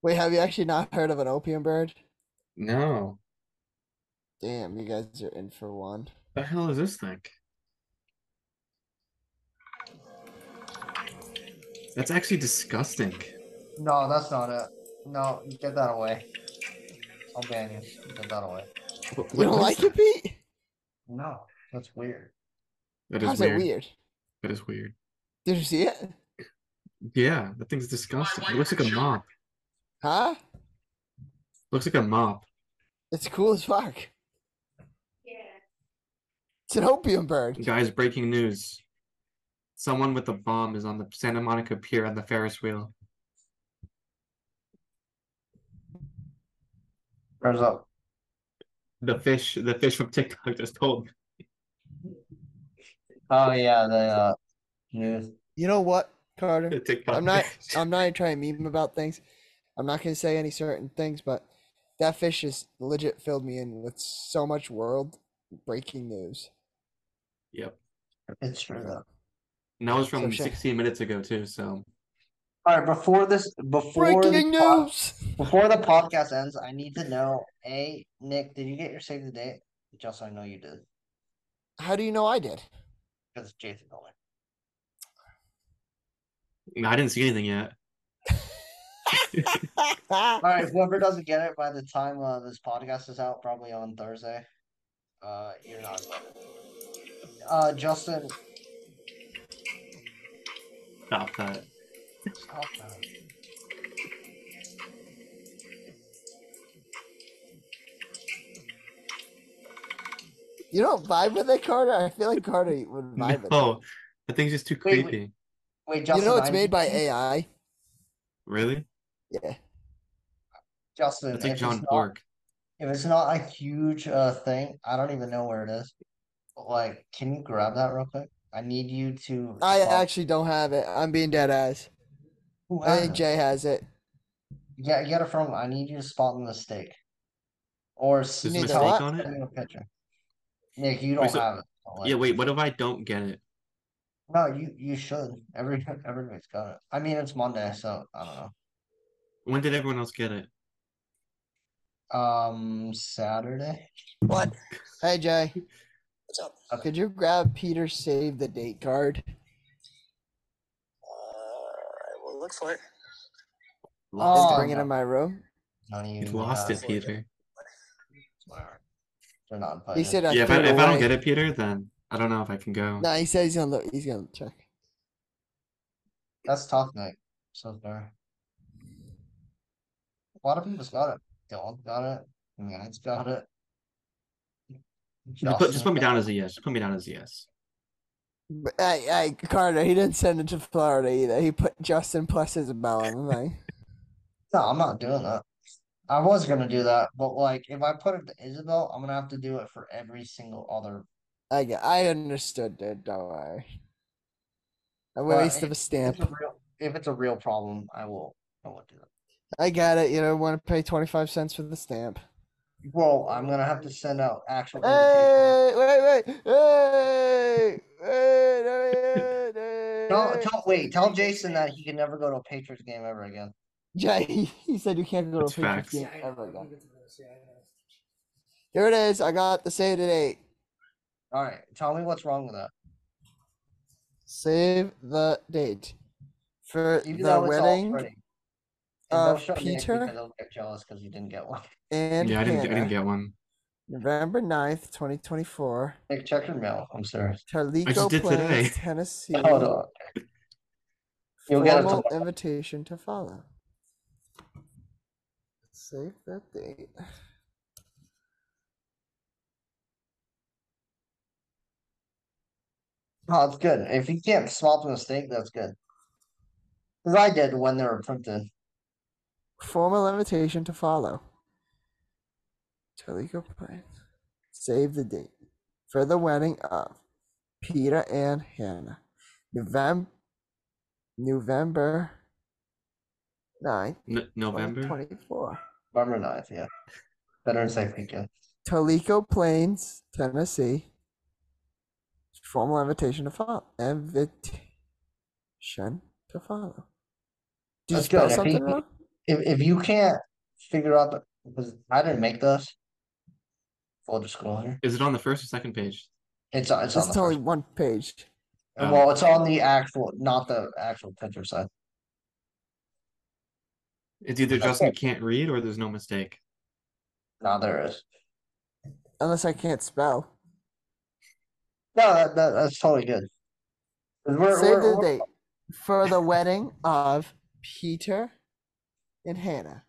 Speaker 2: Wait, have you actually not heard of an opium bird?
Speaker 3: No,
Speaker 2: Damn, you guys are in for one.
Speaker 3: the hell is this thing? That's actually disgusting.
Speaker 4: No, that's not it. No, get that away. I'll ban you. Get that away.
Speaker 3: What,
Speaker 2: You don't like it, Pete?
Speaker 4: No, that's weird.
Speaker 3: That is
Speaker 2: How's
Speaker 3: weird.
Speaker 2: that weird?
Speaker 3: That is weird.
Speaker 2: Did you see it?
Speaker 3: Yeah, that thing's disgusting. It looks like a mop.
Speaker 2: Huh?
Speaker 3: Looks like a mop.
Speaker 2: It's cool as fuck. Yeah. It's an opium bird.
Speaker 3: Guys, breaking news. Someone with a bomb is on the Santa Monica Pier on the Ferris wheel.
Speaker 4: Where's up?
Speaker 3: The fish, the fish from TikTok just told.
Speaker 4: Oh yeah, the uh news.
Speaker 2: You know what, Carter?
Speaker 3: The TikTok.
Speaker 2: I'm not. I'm not even trying to meme about things. I'm not gonna say any certain things, but that fish has legit filled me in with so much world breaking news.
Speaker 3: Yep.
Speaker 4: It's true though.
Speaker 3: And that was
Speaker 2: So
Speaker 3: from
Speaker 2: shit.
Speaker 3: 16 minutes ago too. So
Speaker 4: All right, before this, before the
Speaker 2: breaking
Speaker 4: pod-
Speaker 2: news.
Speaker 4: before the podcast ends, I need to know, A, Nick, did you get your save the date? Justin, I know you did
Speaker 2: How do you know I did?
Speaker 4: because Jason told me.
Speaker 3: I didn't see anything yet.
Speaker 4: All right, whoever doesn't get it by the time uh, this podcast is out, probably on Thursday, uh, you're not. Uh, Justin,
Speaker 3: Stop that.
Speaker 4: stop that.
Speaker 2: you don't vibe with it, Carter. I feel like Carter would vibe with it.
Speaker 3: No, Oh, that thing's just too
Speaker 4: Wait, wait.
Speaker 3: creepy.
Speaker 4: Wait,
Speaker 2: You
Speaker 4: Justin,
Speaker 2: know it's
Speaker 4: I-
Speaker 2: made by AI.
Speaker 3: Really?
Speaker 2: Yeah.
Speaker 4: Justin,
Speaker 3: That's like
Speaker 4: if
Speaker 3: John
Speaker 4: Uh, it's not,
Speaker 3: Bork.
Speaker 4: if it's not a huge uh thing, I don't even know where it is. But, Like, can you grab that real quick? I need you to.
Speaker 2: I
Speaker 4: stop-
Speaker 2: actually don't have it. I'm being dead ass.
Speaker 4: Who
Speaker 2: I
Speaker 4: has
Speaker 2: think
Speaker 4: it?
Speaker 2: Jay has it.
Speaker 4: Yeah, get it from. I need you to spot the mistake, or
Speaker 3: There's a
Speaker 2: need
Speaker 4: s-
Speaker 2: the
Speaker 3: mistake
Speaker 4: tell
Speaker 2: what?
Speaker 3: on it.
Speaker 4: send me a picture. Nick, you
Speaker 3: Wait,
Speaker 4: don't
Speaker 3: so-
Speaker 4: have it. so, like-
Speaker 3: Yeah. Wait. What if I don't get it?
Speaker 4: No, you you should. Every everybody's got it. I mean, it's Monday, so I don't know.
Speaker 3: When did everyone else get it?
Speaker 4: Um, Saturday.
Speaker 2: What? Hey Jay,
Speaker 5: What's up?
Speaker 2: could you grab Peter's save the date card?
Speaker 5: Uh, I will look for it.
Speaker 2: and
Speaker 4: Oh,
Speaker 2: bring it
Speaker 4: no.
Speaker 2: in my room.
Speaker 4: None of you
Speaker 3: You lost
Speaker 4: uh,
Speaker 3: it, Peter.
Speaker 4: They're not
Speaker 2: He
Speaker 4: invited.
Speaker 2: said I
Speaker 3: Yeah, if I,
Speaker 2: threw
Speaker 3: if I don't
Speaker 2: away.
Speaker 3: get it, Peter, then I don't know if I can go.
Speaker 2: No, he said he's gonna look. He's gonna check.
Speaker 4: That's tough night so far. A lot of people's got it. Dylan got it. Matt's got it.
Speaker 3: Just put, just
Speaker 4: Justin
Speaker 3: put me
Speaker 4: got
Speaker 3: down as a yes. Just put me down as a yes.
Speaker 2: But, hey, hey, Carter, he didn't send it to Florida either. He put Justin plus Isabella. I'm like,
Speaker 4: No, I'm not doing that. I was gonna do that, but like if I put it to Isabel, I'm gonna have to do it for every single other.
Speaker 2: I get, I understood, dude. Don't worry. A
Speaker 4: Well,
Speaker 2: waste of a
Speaker 4: If it's a
Speaker 2: stamp.
Speaker 4: real, if it's a real problem, I will. I will do it.
Speaker 2: I got it. You don't want to pay twenty five cents for the stamp.
Speaker 4: Well, I'm gonna have to send out actual invitations.
Speaker 2: Hey, wait, wait, hey, hey, no, no,
Speaker 4: Tell,
Speaker 2: no.
Speaker 4: tell, wait, tell Jason that he can never go to a Patriots game ever again.
Speaker 2: Jay, he, he said you can't go to a
Speaker 3: That's
Speaker 2: Patriots
Speaker 3: facts.
Speaker 2: game ever again. Here it is. I got the save the date.
Speaker 4: All right, tell me what's wrong with that.
Speaker 2: Save the date for
Speaker 4: Even
Speaker 2: the
Speaker 4: though it's all
Speaker 2: wedding
Speaker 4: pretty. And don't
Speaker 2: of
Speaker 4: show Nick
Speaker 2: Peter?
Speaker 4: because he'll get jealous because he didn't get one.
Speaker 2: and
Speaker 3: Yeah, I didn't. I
Speaker 2: Hannah,
Speaker 3: didn't get one.
Speaker 2: November 9th, 2024.
Speaker 4: Nick, check your mail. I'm sorry.
Speaker 2: Talico
Speaker 3: did today.
Speaker 2: Plains, Tennessee.
Speaker 4: Hold on. You'll get it
Speaker 2: Formal
Speaker 4: tomorrow.
Speaker 2: invitation to follow. Save that date.
Speaker 4: Oh, it's good. If you can't swap the mistake, that's good. Because I did when they were printed.
Speaker 2: Formal invitation to follow. Talico Plains. Save the date for the wedding of Peter and Hannah. November. November 9th,
Speaker 3: N- November.
Speaker 2: 2024.
Speaker 4: November 9th, yeah. Veterans Day weekend.
Speaker 2: Talico Plains, Tennessee. Formal invitation to follow. Invitation to follow. Did you
Speaker 4: That's
Speaker 2: spell
Speaker 4: good. I
Speaker 2: something
Speaker 4: think-
Speaker 2: wrong?
Speaker 4: If if you can't figure out the because I didn't make this. Full disclosure.
Speaker 3: Is it on the first or second page?
Speaker 4: It's on it's on
Speaker 2: It's
Speaker 4: the
Speaker 2: only
Speaker 4: first,
Speaker 2: one page.
Speaker 3: oh.
Speaker 4: well, it's on the actual not the actual picture side.
Speaker 3: It's either Justin can't read or there's no mistake.
Speaker 4: No, there is.
Speaker 2: Unless I can't spell.
Speaker 4: No, that, that that's totally good. 'Cause We're,
Speaker 2: Save
Speaker 4: we're,
Speaker 2: the
Speaker 4: we're-
Speaker 2: date for the wedding of Peter and Hannah.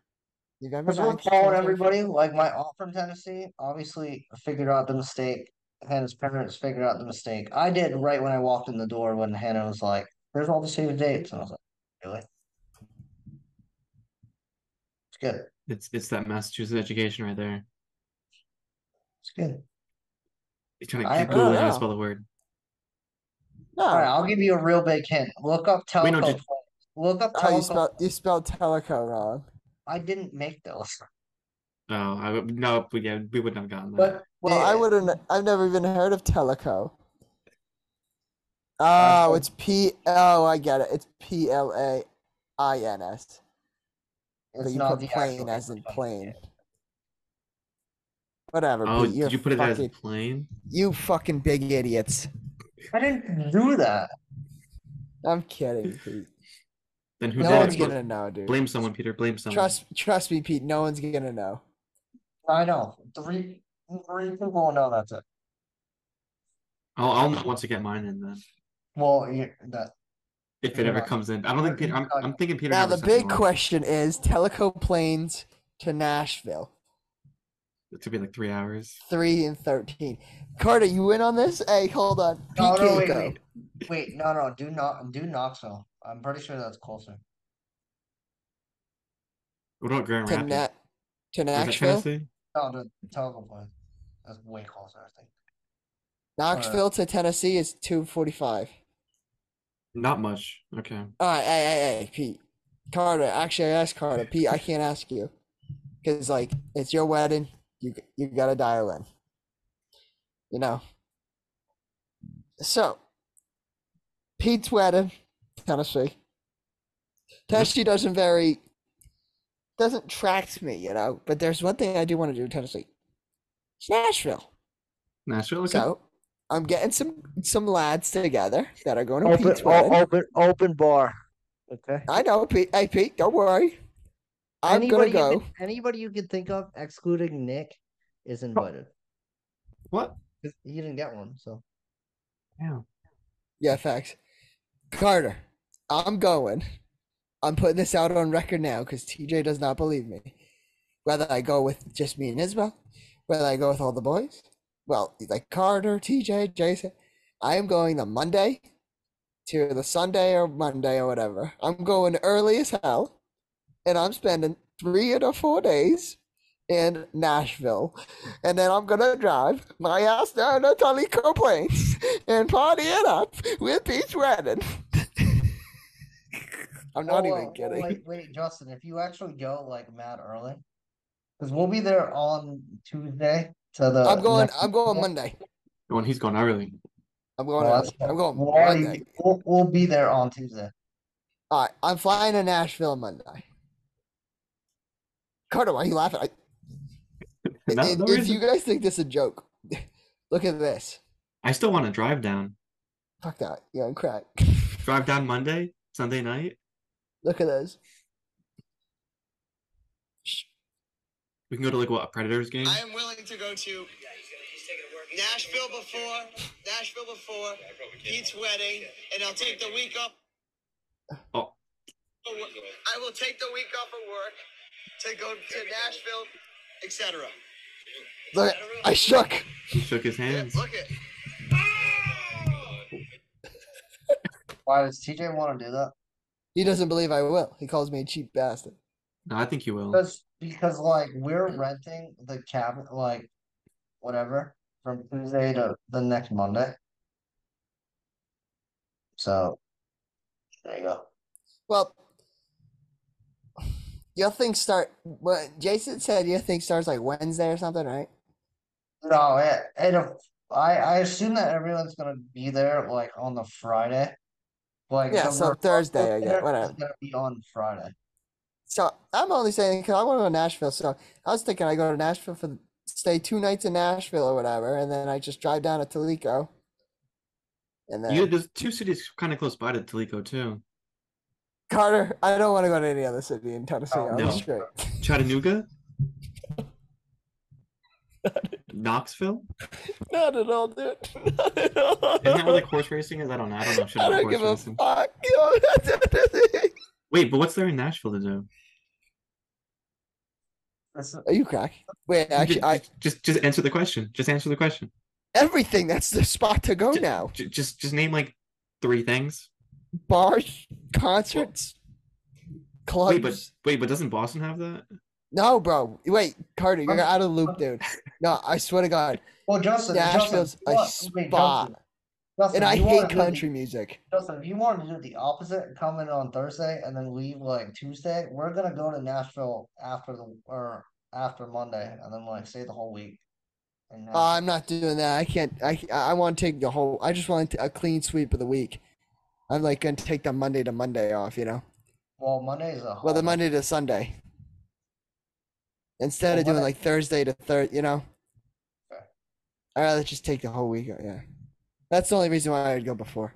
Speaker 2: November
Speaker 4: Because we're
Speaker 2: 9th,
Speaker 4: calling
Speaker 2: 2024.
Speaker 4: everybody, like my aunt from Tennessee, obviously figured out the mistake. Hannah's parents figured out the mistake. I did right when I walked in the door when Hannah was like, "There's all the saved dates," and I was like, "Really?" It's good.
Speaker 3: It's it's that Massachusetts education right there.
Speaker 4: It's good.
Speaker 3: You're trying to
Speaker 4: I-
Speaker 3: keep
Speaker 4: I
Speaker 2: don't
Speaker 3: Googling how to
Speaker 2: know.
Speaker 3: spell the word.
Speaker 2: No.
Speaker 4: All right, I'll give you a real big hint. Look up
Speaker 3: Wait, no,
Speaker 4: Teleco.
Speaker 3: just-
Speaker 4: Plains. Look up
Speaker 2: Oh, you
Speaker 4: Teleco.
Speaker 2: spelled you spelled teleco wrong.
Speaker 4: I didn't make those,
Speaker 3: Oh, I would no, we yeah, we wouldn't have gotten that.
Speaker 4: but
Speaker 2: Well, I
Speaker 4: it-
Speaker 2: would have. I've never even heard of Teleco. Oh,
Speaker 4: so-
Speaker 2: it's P. Oh, I get it. It's P L A I N S. But
Speaker 4: It's
Speaker 2: you
Speaker 4: not
Speaker 2: put
Speaker 4: the
Speaker 2: plane
Speaker 4: actual
Speaker 2: as in
Speaker 4: English one.
Speaker 2: plane. Whatever.
Speaker 3: oh,
Speaker 2: Pete, you're
Speaker 3: did you put it
Speaker 2: fucking,
Speaker 3: as plain?
Speaker 2: You fucking big idiots.
Speaker 4: I didn't do that.
Speaker 2: I'm kidding, Pete.
Speaker 3: Then who
Speaker 2: No
Speaker 3: did
Speaker 2: one's
Speaker 3: it?
Speaker 2: gonna know, dude.
Speaker 3: Blame someone, Peter. Blame someone.
Speaker 2: Trust, trust me, Pete. No one's gonna know.
Speaker 4: I know three three people will know that's it.
Speaker 3: I'll I'll know once I get mine in then.
Speaker 4: Well, you that
Speaker 3: If it
Speaker 4: Yeah.
Speaker 3: ever comes in. I don't think Peter I'm, I'm thinking Peter.
Speaker 2: Now
Speaker 3: never
Speaker 2: the
Speaker 3: sent me
Speaker 2: big
Speaker 3: one.
Speaker 2: question is: Teleco planes to Nashville.
Speaker 3: It could be like three hours.
Speaker 2: three and thirteen. Carter, you in on this? Hey, hold on.
Speaker 4: No,
Speaker 2: PK,
Speaker 4: no, wait,
Speaker 2: go.
Speaker 4: wait. Wait, no, no, do not do Knoxville. I'm pretty sure that's closer.
Speaker 3: What about Grand
Speaker 2: to
Speaker 3: Rapids?
Speaker 2: Na- to
Speaker 3: Or is that
Speaker 2: Nashville,
Speaker 3: Tennessee?
Speaker 4: No, the Teleco Plains. That's way closer, I think.
Speaker 2: Knoxville to Tennessee is two forty-five.
Speaker 3: Not much. Okay.
Speaker 2: All right, hey, hey, hey, Pete, Carter. Actually, I asked Carter. Pete, I can't ask you because like it's your wedding. You you gotta dial in. You know. So, Pete's wedding, Tennessee. Tennessee doesn't vary doesn't attract me, you know. But there's one thing I do want to do in Tennessee. It's Nashville.
Speaker 3: Nashville. Okay.
Speaker 2: So I'm getting some some lads together that are going to
Speaker 4: Open,
Speaker 2: Pete's
Speaker 4: o-
Speaker 2: wedding.
Speaker 4: open, open bar. Okay.
Speaker 2: I know, Pete. Hey, Pete, don't worry. I'm
Speaker 4: anybody
Speaker 2: gonna go.
Speaker 4: You can, anybody you can think of, excluding Nick, is invited.
Speaker 3: What?
Speaker 4: 'Cause He didn't get one, so
Speaker 3: Yeah.
Speaker 2: Yeah, facts. Carter, I'm going. I'm putting this out on record now because TJ does not believe me. Whether I go with just me and Isabel, whether I go with all the boys, well, like Carter, TJ, Jason, I am going the Monday to the Sunday or Monday or whatever. I'm going early as hell, and I'm spending three or four days in Nashville, and then I'm gonna drive my ass down to Tullyco Plains and party it up with Peach Redden. I'm not
Speaker 4: Oh,
Speaker 2: even
Speaker 4: uh, oh,
Speaker 2: kidding.
Speaker 4: Wait, wait, Justin, if you actually go like mad early, because we'll be there on Tuesday to the.
Speaker 2: I'm going.
Speaker 4: next
Speaker 2: I'm going
Speaker 4: Tuesday.
Speaker 2: Monday.
Speaker 3: When Oh, he's gone early.
Speaker 2: I'm
Speaker 4: Oh,
Speaker 2: going.
Speaker 4: that's
Speaker 2: early. I'm
Speaker 4: fine.
Speaker 2: going
Speaker 4: We'll, already
Speaker 2: Monday.
Speaker 4: be- we'll, we'll be there on Tuesday.
Speaker 2: All right, I'm flying to Nashville Monday. Carter, why are you laughing? I,
Speaker 3: No,
Speaker 2: if,
Speaker 3: no
Speaker 2: if
Speaker 3: reason.
Speaker 2: you guys think this is a joke, look at this.
Speaker 3: I still want to drive down.
Speaker 2: Fuck that. Yeah, I'm crack.
Speaker 3: Drive down Monday, Sunday night.
Speaker 2: Look at this.
Speaker 3: We can go to like what a Predators game.
Speaker 6: I am willing to go to Nashville before, Nashville before, Pete's wedding, and I'll take the week off.
Speaker 3: Oh.
Speaker 6: I will take the week off of work to go to Nashville, etc.
Speaker 2: Look, I shook.
Speaker 3: He shook his hands.
Speaker 6: Look at.
Speaker 4: Why does TJ want to do that?
Speaker 2: He doesn't believe I will. He calls me a cheap bastard.
Speaker 3: No, I think you will.
Speaker 4: Because because like we're renting the cabin like whatever from Tuesday to the next Monday. So there you go.
Speaker 2: Well, your thing start. Well, Jason said your thing starts like Wednesday or something, right?
Speaker 4: No, it, it I I assume that everyone's gonna be there like on the Friday. Like
Speaker 2: Yeah,
Speaker 4: the
Speaker 2: so
Speaker 4: rehearsal
Speaker 2: Thursday, I guess,
Speaker 4: dinner is
Speaker 2: whatever.
Speaker 4: gonna be on Friday.
Speaker 2: So I'm only saying because I want to go to Nashville. So I was thinking I go to Nashville for stay two nights in Nashville or whatever, and then I just drive down to Toledo. And then
Speaker 3: You, there's two cities kind of close by to Toledo too.
Speaker 2: Carter, I don't want to go to any other city in Tennessee.
Speaker 4: Oh,
Speaker 2: I'm
Speaker 3: no.
Speaker 2: straight.
Speaker 3: Chattanooga. Knoxville.
Speaker 2: Not at all, dude. Not at all.
Speaker 3: Isn't that where like horse racing is? I don't know. I don't know shit
Speaker 2: I
Speaker 3: about
Speaker 2: don't
Speaker 3: horse
Speaker 2: give a
Speaker 3: racing.
Speaker 2: fuck.
Speaker 3: Wait, but what's there in Nashville to do?
Speaker 4: That's
Speaker 2: Are you crack? Wait,
Speaker 3: Ju-
Speaker 2: actually, I,
Speaker 3: ju- just just answer the question. Just answer the question.
Speaker 2: everything. That's the spot to go now.
Speaker 3: Ju- just just name like three things.
Speaker 2: Bars, concerts, clubs.
Speaker 3: Wait, but wait, but doesn't Boston have that?
Speaker 2: No, bro. Wait, Carter, you're
Speaker 4: I'm-
Speaker 2: out of the loop, dude. No, I swear to God.
Speaker 4: well, Justin, Justin,
Speaker 2: Nashville's
Speaker 4: you
Speaker 2: a
Speaker 4: want- wait,
Speaker 2: spot.
Speaker 4: Justin, Justin,
Speaker 2: And I
Speaker 4: you wanna
Speaker 2: hate
Speaker 4: do the-
Speaker 2: country music.
Speaker 4: Justin, if you wanted to do the opposite, come in on Thursday and then leave like Tuesday, we're gonna go to Nashville after the or after Monday and then like stay the whole week. And
Speaker 2: Uh, I'm not doing that. I can't. I I want to take the whole. I just want a clean sweep of the week. I'm like gonna take the Monday to Monday off. You know.
Speaker 4: well, Monday is a
Speaker 2: Well, the
Speaker 4: holiday.
Speaker 2: Monday to Sunday. Instead
Speaker 4: Well,
Speaker 2: of doing
Speaker 4: what-
Speaker 2: like Thursday to third, you know.
Speaker 4: Okay.
Speaker 2: I'd rather just take the whole week. out, Yeah, that's the only reason why I'd go before.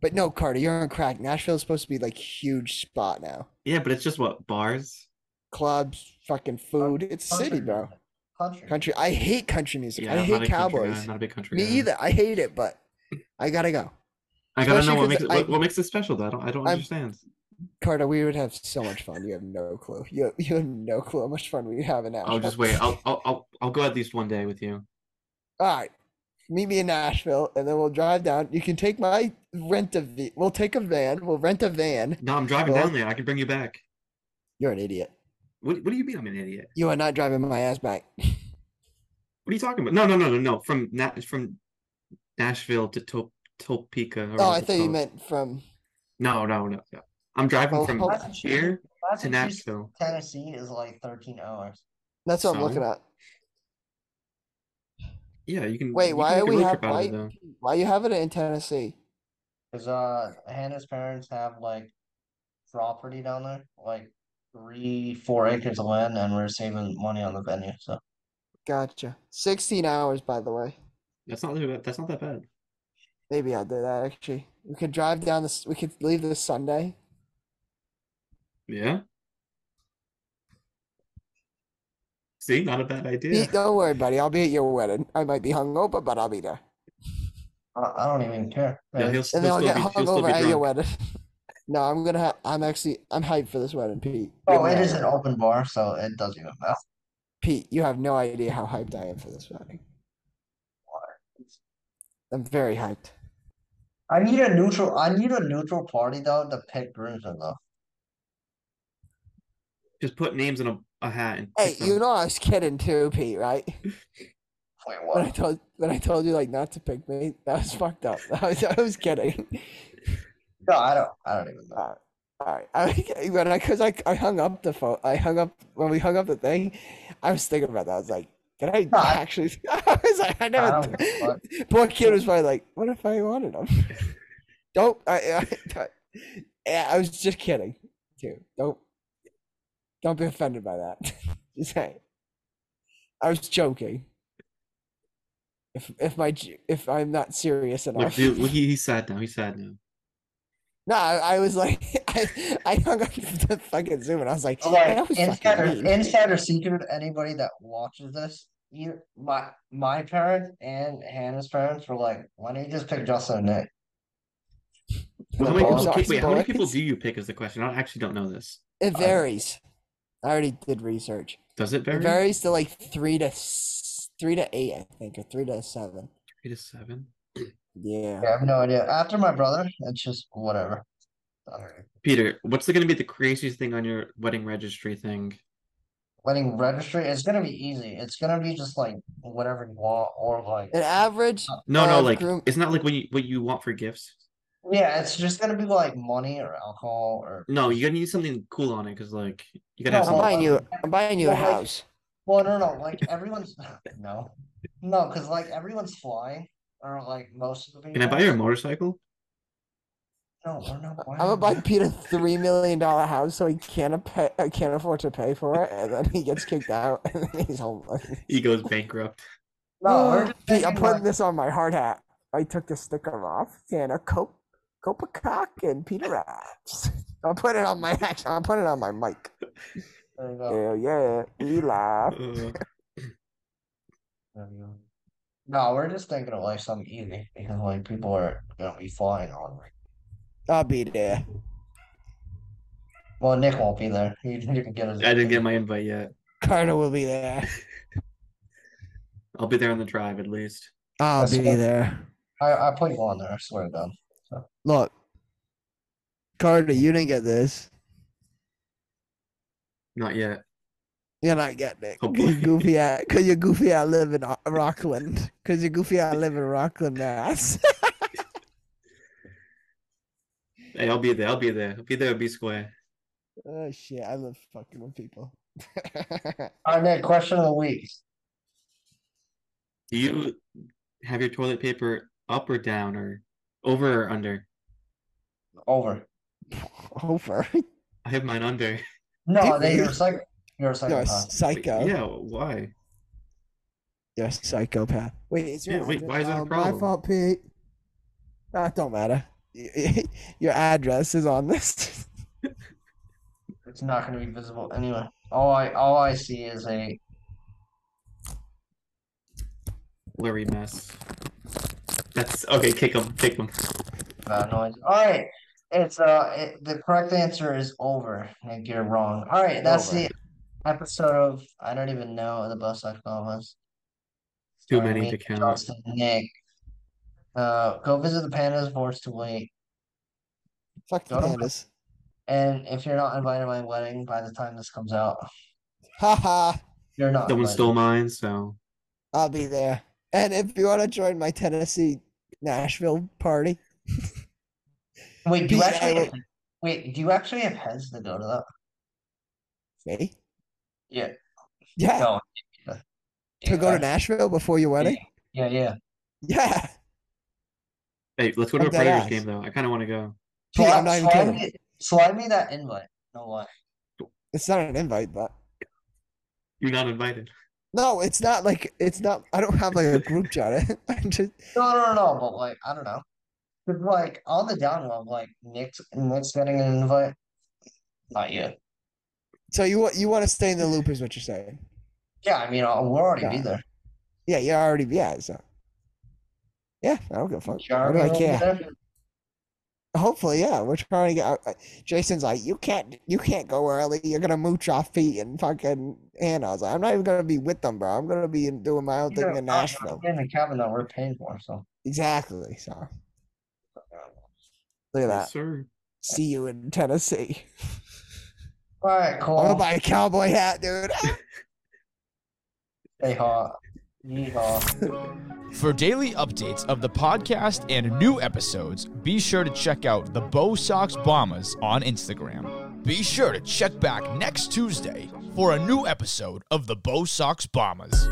Speaker 2: But no, Carter, you're on crack. Nashville's supposed to be like huge spot now.
Speaker 3: Yeah, but it's just what bars.
Speaker 2: Clubs, fucking food. It's a city,
Speaker 4: Country
Speaker 2: bro.
Speaker 4: music. Country.
Speaker 2: Country. I hate country music.
Speaker 3: Yeah,
Speaker 2: I
Speaker 3: I'm not
Speaker 2: hate
Speaker 3: a country guy,
Speaker 2: cowboys.
Speaker 3: Not a big country.
Speaker 2: Me
Speaker 3: guy.
Speaker 2: either. I hate it, but I gotta go.
Speaker 3: I gotta know
Speaker 2: Especially
Speaker 3: what
Speaker 2: 'cause
Speaker 3: makes it,
Speaker 2: I-
Speaker 3: what, what makes it special. Though I don't I don't
Speaker 2: I'm-
Speaker 3: understand.
Speaker 2: Carter, we would have so much fun. You have no clue. You you have no clue how much fun we'd have in Nashville.
Speaker 3: I'll just wait. I'll I'll I'll, I'll go at least one day with you.
Speaker 2: All right. Meet me in Nashville, and then we'll drive down. You can take my rent a v. We'll take a van. We'll rent a van.
Speaker 3: No, I'm driving
Speaker 2: Well-
Speaker 3: down there. I can bring you back.
Speaker 2: You're an idiot.
Speaker 3: What What do you mean I'm an idiot?
Speaker 2: You are not driving my ass back.
Speaker 3: What are you talking about? No, no, no, no, no. From Na- from Nashville to Top Topeka. or
Speaker 2: Oh,
Speaker 3: whatever
Speaker 2: I
Speaker 3: it's
Speaker 2: thought you
Speaker 3: called.
Speaker 2: meant from.
Speaker 3: No, no, no, no. I'm driving
Speaker 2: Oh,
Speaker 3: from
Speaker 2: oh.
Speaker 3: here to
Speaker 4: Massachusetts,
Speaker 3: Nashville.
Speaker 4: Tennessee is like thirteen hours.
Speaker 2: That's what I'm looking
Speaker 3: So?
Speaker 2: at.
Speaker 3: Yeah, you can.
Speaker 2: Wait,
Speaker 3: you can
Speaker 2: why
Speaker 3: make
Speaker 2: are
Speaker 3: a
Speaker 2: we
Speaker 3: road
Speaker 2: have
Speaker 3: trip out of
Speaker 2: why,
Speaker 3: it, though.
Speaker 2: why you having it in Tennessee?
Speaker 4: Cause uh Hannah's parents have like property down there, like three, four acres of land, and we're saving money on the venue. So
Speaker 2: Gotcha. 16 hours, by the way.
Speaker 3: That's not that bad. That's not that bad.
Speaker 2: Maybe I'll do that actually. We could drive down this. We could leave this Sunday.
Speaker 3: Yeah. See, not a bad idea.
Speaker 2: Pete, don't worry, buddy. I'll be at your wedding. I might be hungover, but I'll be there.
Speaker 4: I, I don't even care.
Speaker 3: Yeah,
Speaker 4: really.
Speaker 3: he'll,
Speaker 2: And
Speaker 3: he'll
Speaker 2: then I'll
Speaker 3: still
Speaker 2: get
Speaker 3: be, he'll still
Speaker 2: hungover
Speaker 3: be
Speaker 2: at your
Speaker 3: drunk.
Speaker 2: wedding. no, I'm gonna. Ha- I'm actually. I'm hyped for this wedding, Pete.
Speaker 4: oh,
Speaker 2: You
Speaker 4: it
Speaker 2: have no
Speaker 4: is an
Speaker 2: idea.
Speaker 4: open bar, so it doesn't even matter.
Speaker 2: Pete, you have no idea how hyped I am for this wedding. I'm very hyped.
Speaker 4: I need a neutral. I need a neutral party though to pick groomsmen though.
Speaker 3: Just put names in a, a hat and
Speaker 2: Hey,
Speaker 3: pick
Speaker 2: you
Speaker 3: them.
Speaker 2: know I was kidding too, Pete, right?
Speaker 4: Wait,
Speaker 2: When I
Speaker 4: what?
Speaker 2: told when I told you like not to pick me, that was fucked up. I was, I was kidding.
Speaker 4: No, I don't. I don't even know.
Speaker 2: All right, I, when I because I, I hung up the phone, I hung up when we hung up the thing. I was thinking about that. I was like, did I
Speaker 4: No, I-
Speaker 2: actually? I was like, I
Speaker 4: I
Speaker 2: never.
Speaker 4: don't give a fuck.
Speaker 2: Poor kid was probably like, what if I wanted him? Don't. I, I, I, I was just kidding, too. Don't. Don't be offended by that. just saying. I was joking. If if my j- if I'm not serious
Speaker 3: Look,
Speaker 2: enough.
Speaker 3: dude, look, he, he's sad now. He's sad now.
Speaker 2: No, I, I was like, I, I hung up the fucking Zoom and I was like,
Speaker 4: Like,
Speaker 2: that was
Speaker 4: insider,
Speaker 2: fucking mean.
Speaker 4: insider secret. Anybody that watches this, you, my, my parents and Hannah's parents were like, "Why don't you just pick Justin and Nick?"
Speaker 3: Well, how
Speaker 4: The
Speaker 3: many
Speaker 4: ball.
Speaker 3: people,
Speaker 2: Sorry,
Speaker 3: pick- wait, how many people
Speaker 2: boys.
Speaker 3: do you pick is the question. I actually don't know this.
Speaker 2: It varies. I already did research.
Speaker 3: Does it
Speaker 2: It
Speaker 3: vary?
Speaker 2: varies to like three to s- three to eight, I think, or three to seven.
Speaker 3: Three to seven.
Speaker 2: Yeah.
Speaker 4: Yeah, I have no idea. After my brother, it's just whatever. I don't know.
Speaker 3: Peter, what's going to be the craziest thing on your wedding registry thing?
Speaker 4: Letting registry, it's gonna be easy. It's gonna be just like whatever you want, or like,
Speaker 2: An average.
Speaker 3: No, no,
Speaker 2: of
Speaker 3: like
Speaker 2: groom-
Speaker 3: it's not like what you what you want for gifts.
Speaker 4: yeah, it's just gonna be like money or alcohol or.
Speaker 3: No, you gotta need something cool on it because like you gotta
Speaker 4: No,
Speaker 2: I'm
Speaker 3: have
Speaker 4: well,
Speaker 3: something.
Speaker 2: buying you. I'm buying you a
Speaker 4: Well, like-
Speaker 2: house.
Speaker 4: Well, no, no, like everyone's no, no, because like everyone's flying, or like most of the people.
Speaker 3: Can I buy you a motorcycle?
Speaker 4: No, we're not.
Speaker 2: I'm gonna buy Peter a three million dollar house so he can't a- pay, uh, can't afford to pay for it, and then he gets kicked out, and then he's homeless.
Speaker 3: He goes bankrupt.
Speaker 4: No, we're just
Speaker 2: Pete, I'm
Speaker 4: thinking,
Speaker 2: putting
Speaker 4: like-
Speaker 2: this on my hard hat. I took the sticker off. Santa Cop Copacock and Peter Raps. I'll put it on my actually, I'll put it on my mic.
Speaker 4: There you go.
Speaker 2: Hell yeah. We live.
Speaker 3: Uh,
Speaker 4: There you go. No, we're just thinking of like something easy because like people are gonna be flying on. like-
Speaker 2: I'll be there.
Speaker 4: Well, Nick won't be there. He didn't get his.
Speaker 3: I didn't get my invite yet.
Speaker 2: Colonel will be there.
Speaker 3: I'll be there on the drive at least.
Speaker 2: I'll
Speaker 4: That's fine.
Speaker 2: there.
Speaker 4: I, I put you on there. I swear to God.
Speaker 2: Look. Carter, you didn't get this.
Speaker 3: Not yet.
Speaker 2: You're not getting it.
Speaker 3: Oh,
Speaker 2: 'Cause you
Speaker 3: boy.
Speaker 2: goofy at, cause you're goofy I live in O- Rockland. Cause you're goofy I live in Rockland, Mass.
Speaker 3: Hey, I'll be there. I'll be there. I'll be there. I'll be square.
Speaker 2: oh shit, I love fucking with people.
Speaker 4: All right, Nick. Question of the week.
Speaker 3: Do you have your toilet paper up or down or over or under?
Speaker 4: Over.
Speaker 2: Over.
Speaker 3: I have mine under.
Speaker 4: No,
Speaker 2: Dude,
Speaker 4: they.
Speaker 2: you-
Speaker 4: You're a psych. You're a
Speaker 2: You're a
Speaker 4: psychopath.
Speaker 3: Wait,
Speaker 2: psycho.
Speaker 3: yeah. Why?
Speaker 2: You're a psychopath. Wait, is your
Speaker 3: Yeah, wait,
Speaker 2: address-
Speaker 3: why is that a
Speaker 2: oh,
Speaker 3: problem?
Speaker 2: My fault, Pete. That Ah, don't matter. your address is on this.
Speaker 4: It's not going to be visible anyway. All I all I see is a
Speaker 3: Blurry mess. That's okay. Kick him. Kick him.
Speaker 4: uh, noise. All right, it's uh it, the correct answer is over. Nick, you're wrong. All right, that's
Speaker 2: Over.
Speaker 4: the episode of I don't even know the bus I was.
Speaker 3: Too many to count.
Speaker 4: Justin, Nick. Uh, go visit the pandas boards to wait.
Speaker 2: Fuck the
Speaker 3: Oh.
Speaker 4: Don't-
Speaker 2: pandas.
Speaker 4: And if you're not invited to my wedding by the time this comes out,
Speaker 2: Ha ha.
Speaker 4: you're not.
Speaker 3: Someone
Speaker 4: invited.
Speaker 3: stole mine, so
Speaker 2: I'll be there. And if you want to join my Tennessee Nashville party,
Speaker 4: Wait, do you
Speaker 2: Yeah,
Speaker 4: actually?
Speaker 2: I will-
Speaker 4: Wait, do you actually have heads to go to that?
Speaker 2: me?
Speaker 4: Yeah.
Speaker 2: Yeah.
Speaker 4: No.
Speaker 2: to go to Nashville before your wedding?
Speaker 4: Yeah, yeah.
Speaker 2: Yeah.
Speaker 3: hey, let's go to
Speaker 2: I'm
Speaker 3: a Predators
Speaker 2: deadass.
Speaker 3: game though. I kind of want to go.
Speaker 2: Pete, I'm
Speaker 4: Slide-
Speaker 2: not even
Speaker 4: slide
Speaker 2: kidding.
Speaker 4: me- Slide me that invite. No lie.
Speaker 2: It's not an invite, but
Speaker 3: You're not invited.
Speaker 2: no, it's not like it's not. I don't have like a group chat. I just
Speaker 4: No, no, no, no, but like I don't know. 'Cause, like on the down low, like Nick's Nick's getting an invite. Not yet.
Speaker 2: so you want you want to stay in the loop is what you're saying.
Speaker 4: Yeah, I mean, uh, we're already be
Speaker 2: Yeah.
Speaker 4: there.
Speaker 2: Yeah, you're already yeah. So yeah, I don't give a fuck.
Speaker 4: You're
Speaker 2: I'd be
Speaker 4: already
Speaker 2: like, yeah.
Speaker 4: over there.
Speaker 2: Hopefully, yeah. We're trying to get. Out. uh, Jason's like, you can't, you can't go early. You're gonna mooch off feet and fucking Hannah. I was like, I'm not even gonna be with them, bro. I'm gonna be in- doing my own
Speaker 4: You
Speaker 2: thing
Speaker 4: know,
Speaker 2: in
Speaker 4: uh,
Speaker 2: Nashville.
Speaker 4: In the cabin that we're paying for, so
Speaker 2: Exactly. So look at
Speaker 3: Yes,
Speaker 2: that.
Speaker 3: sir.
Speaker 2: See you in Tennessee.
Speaker 4: all right, cool.
Speaker 2: I'm gonna buy a cowboy hat, dude.
Speaker 4: Stay hot. Yeehaw.
Speaker 7: For daily updates of the podcast and new episodes, be sure to check out the Bow Sox Bombers on Instagram. Be sure to check back next Tuesday for a new episode of the Bow Sox Bombers.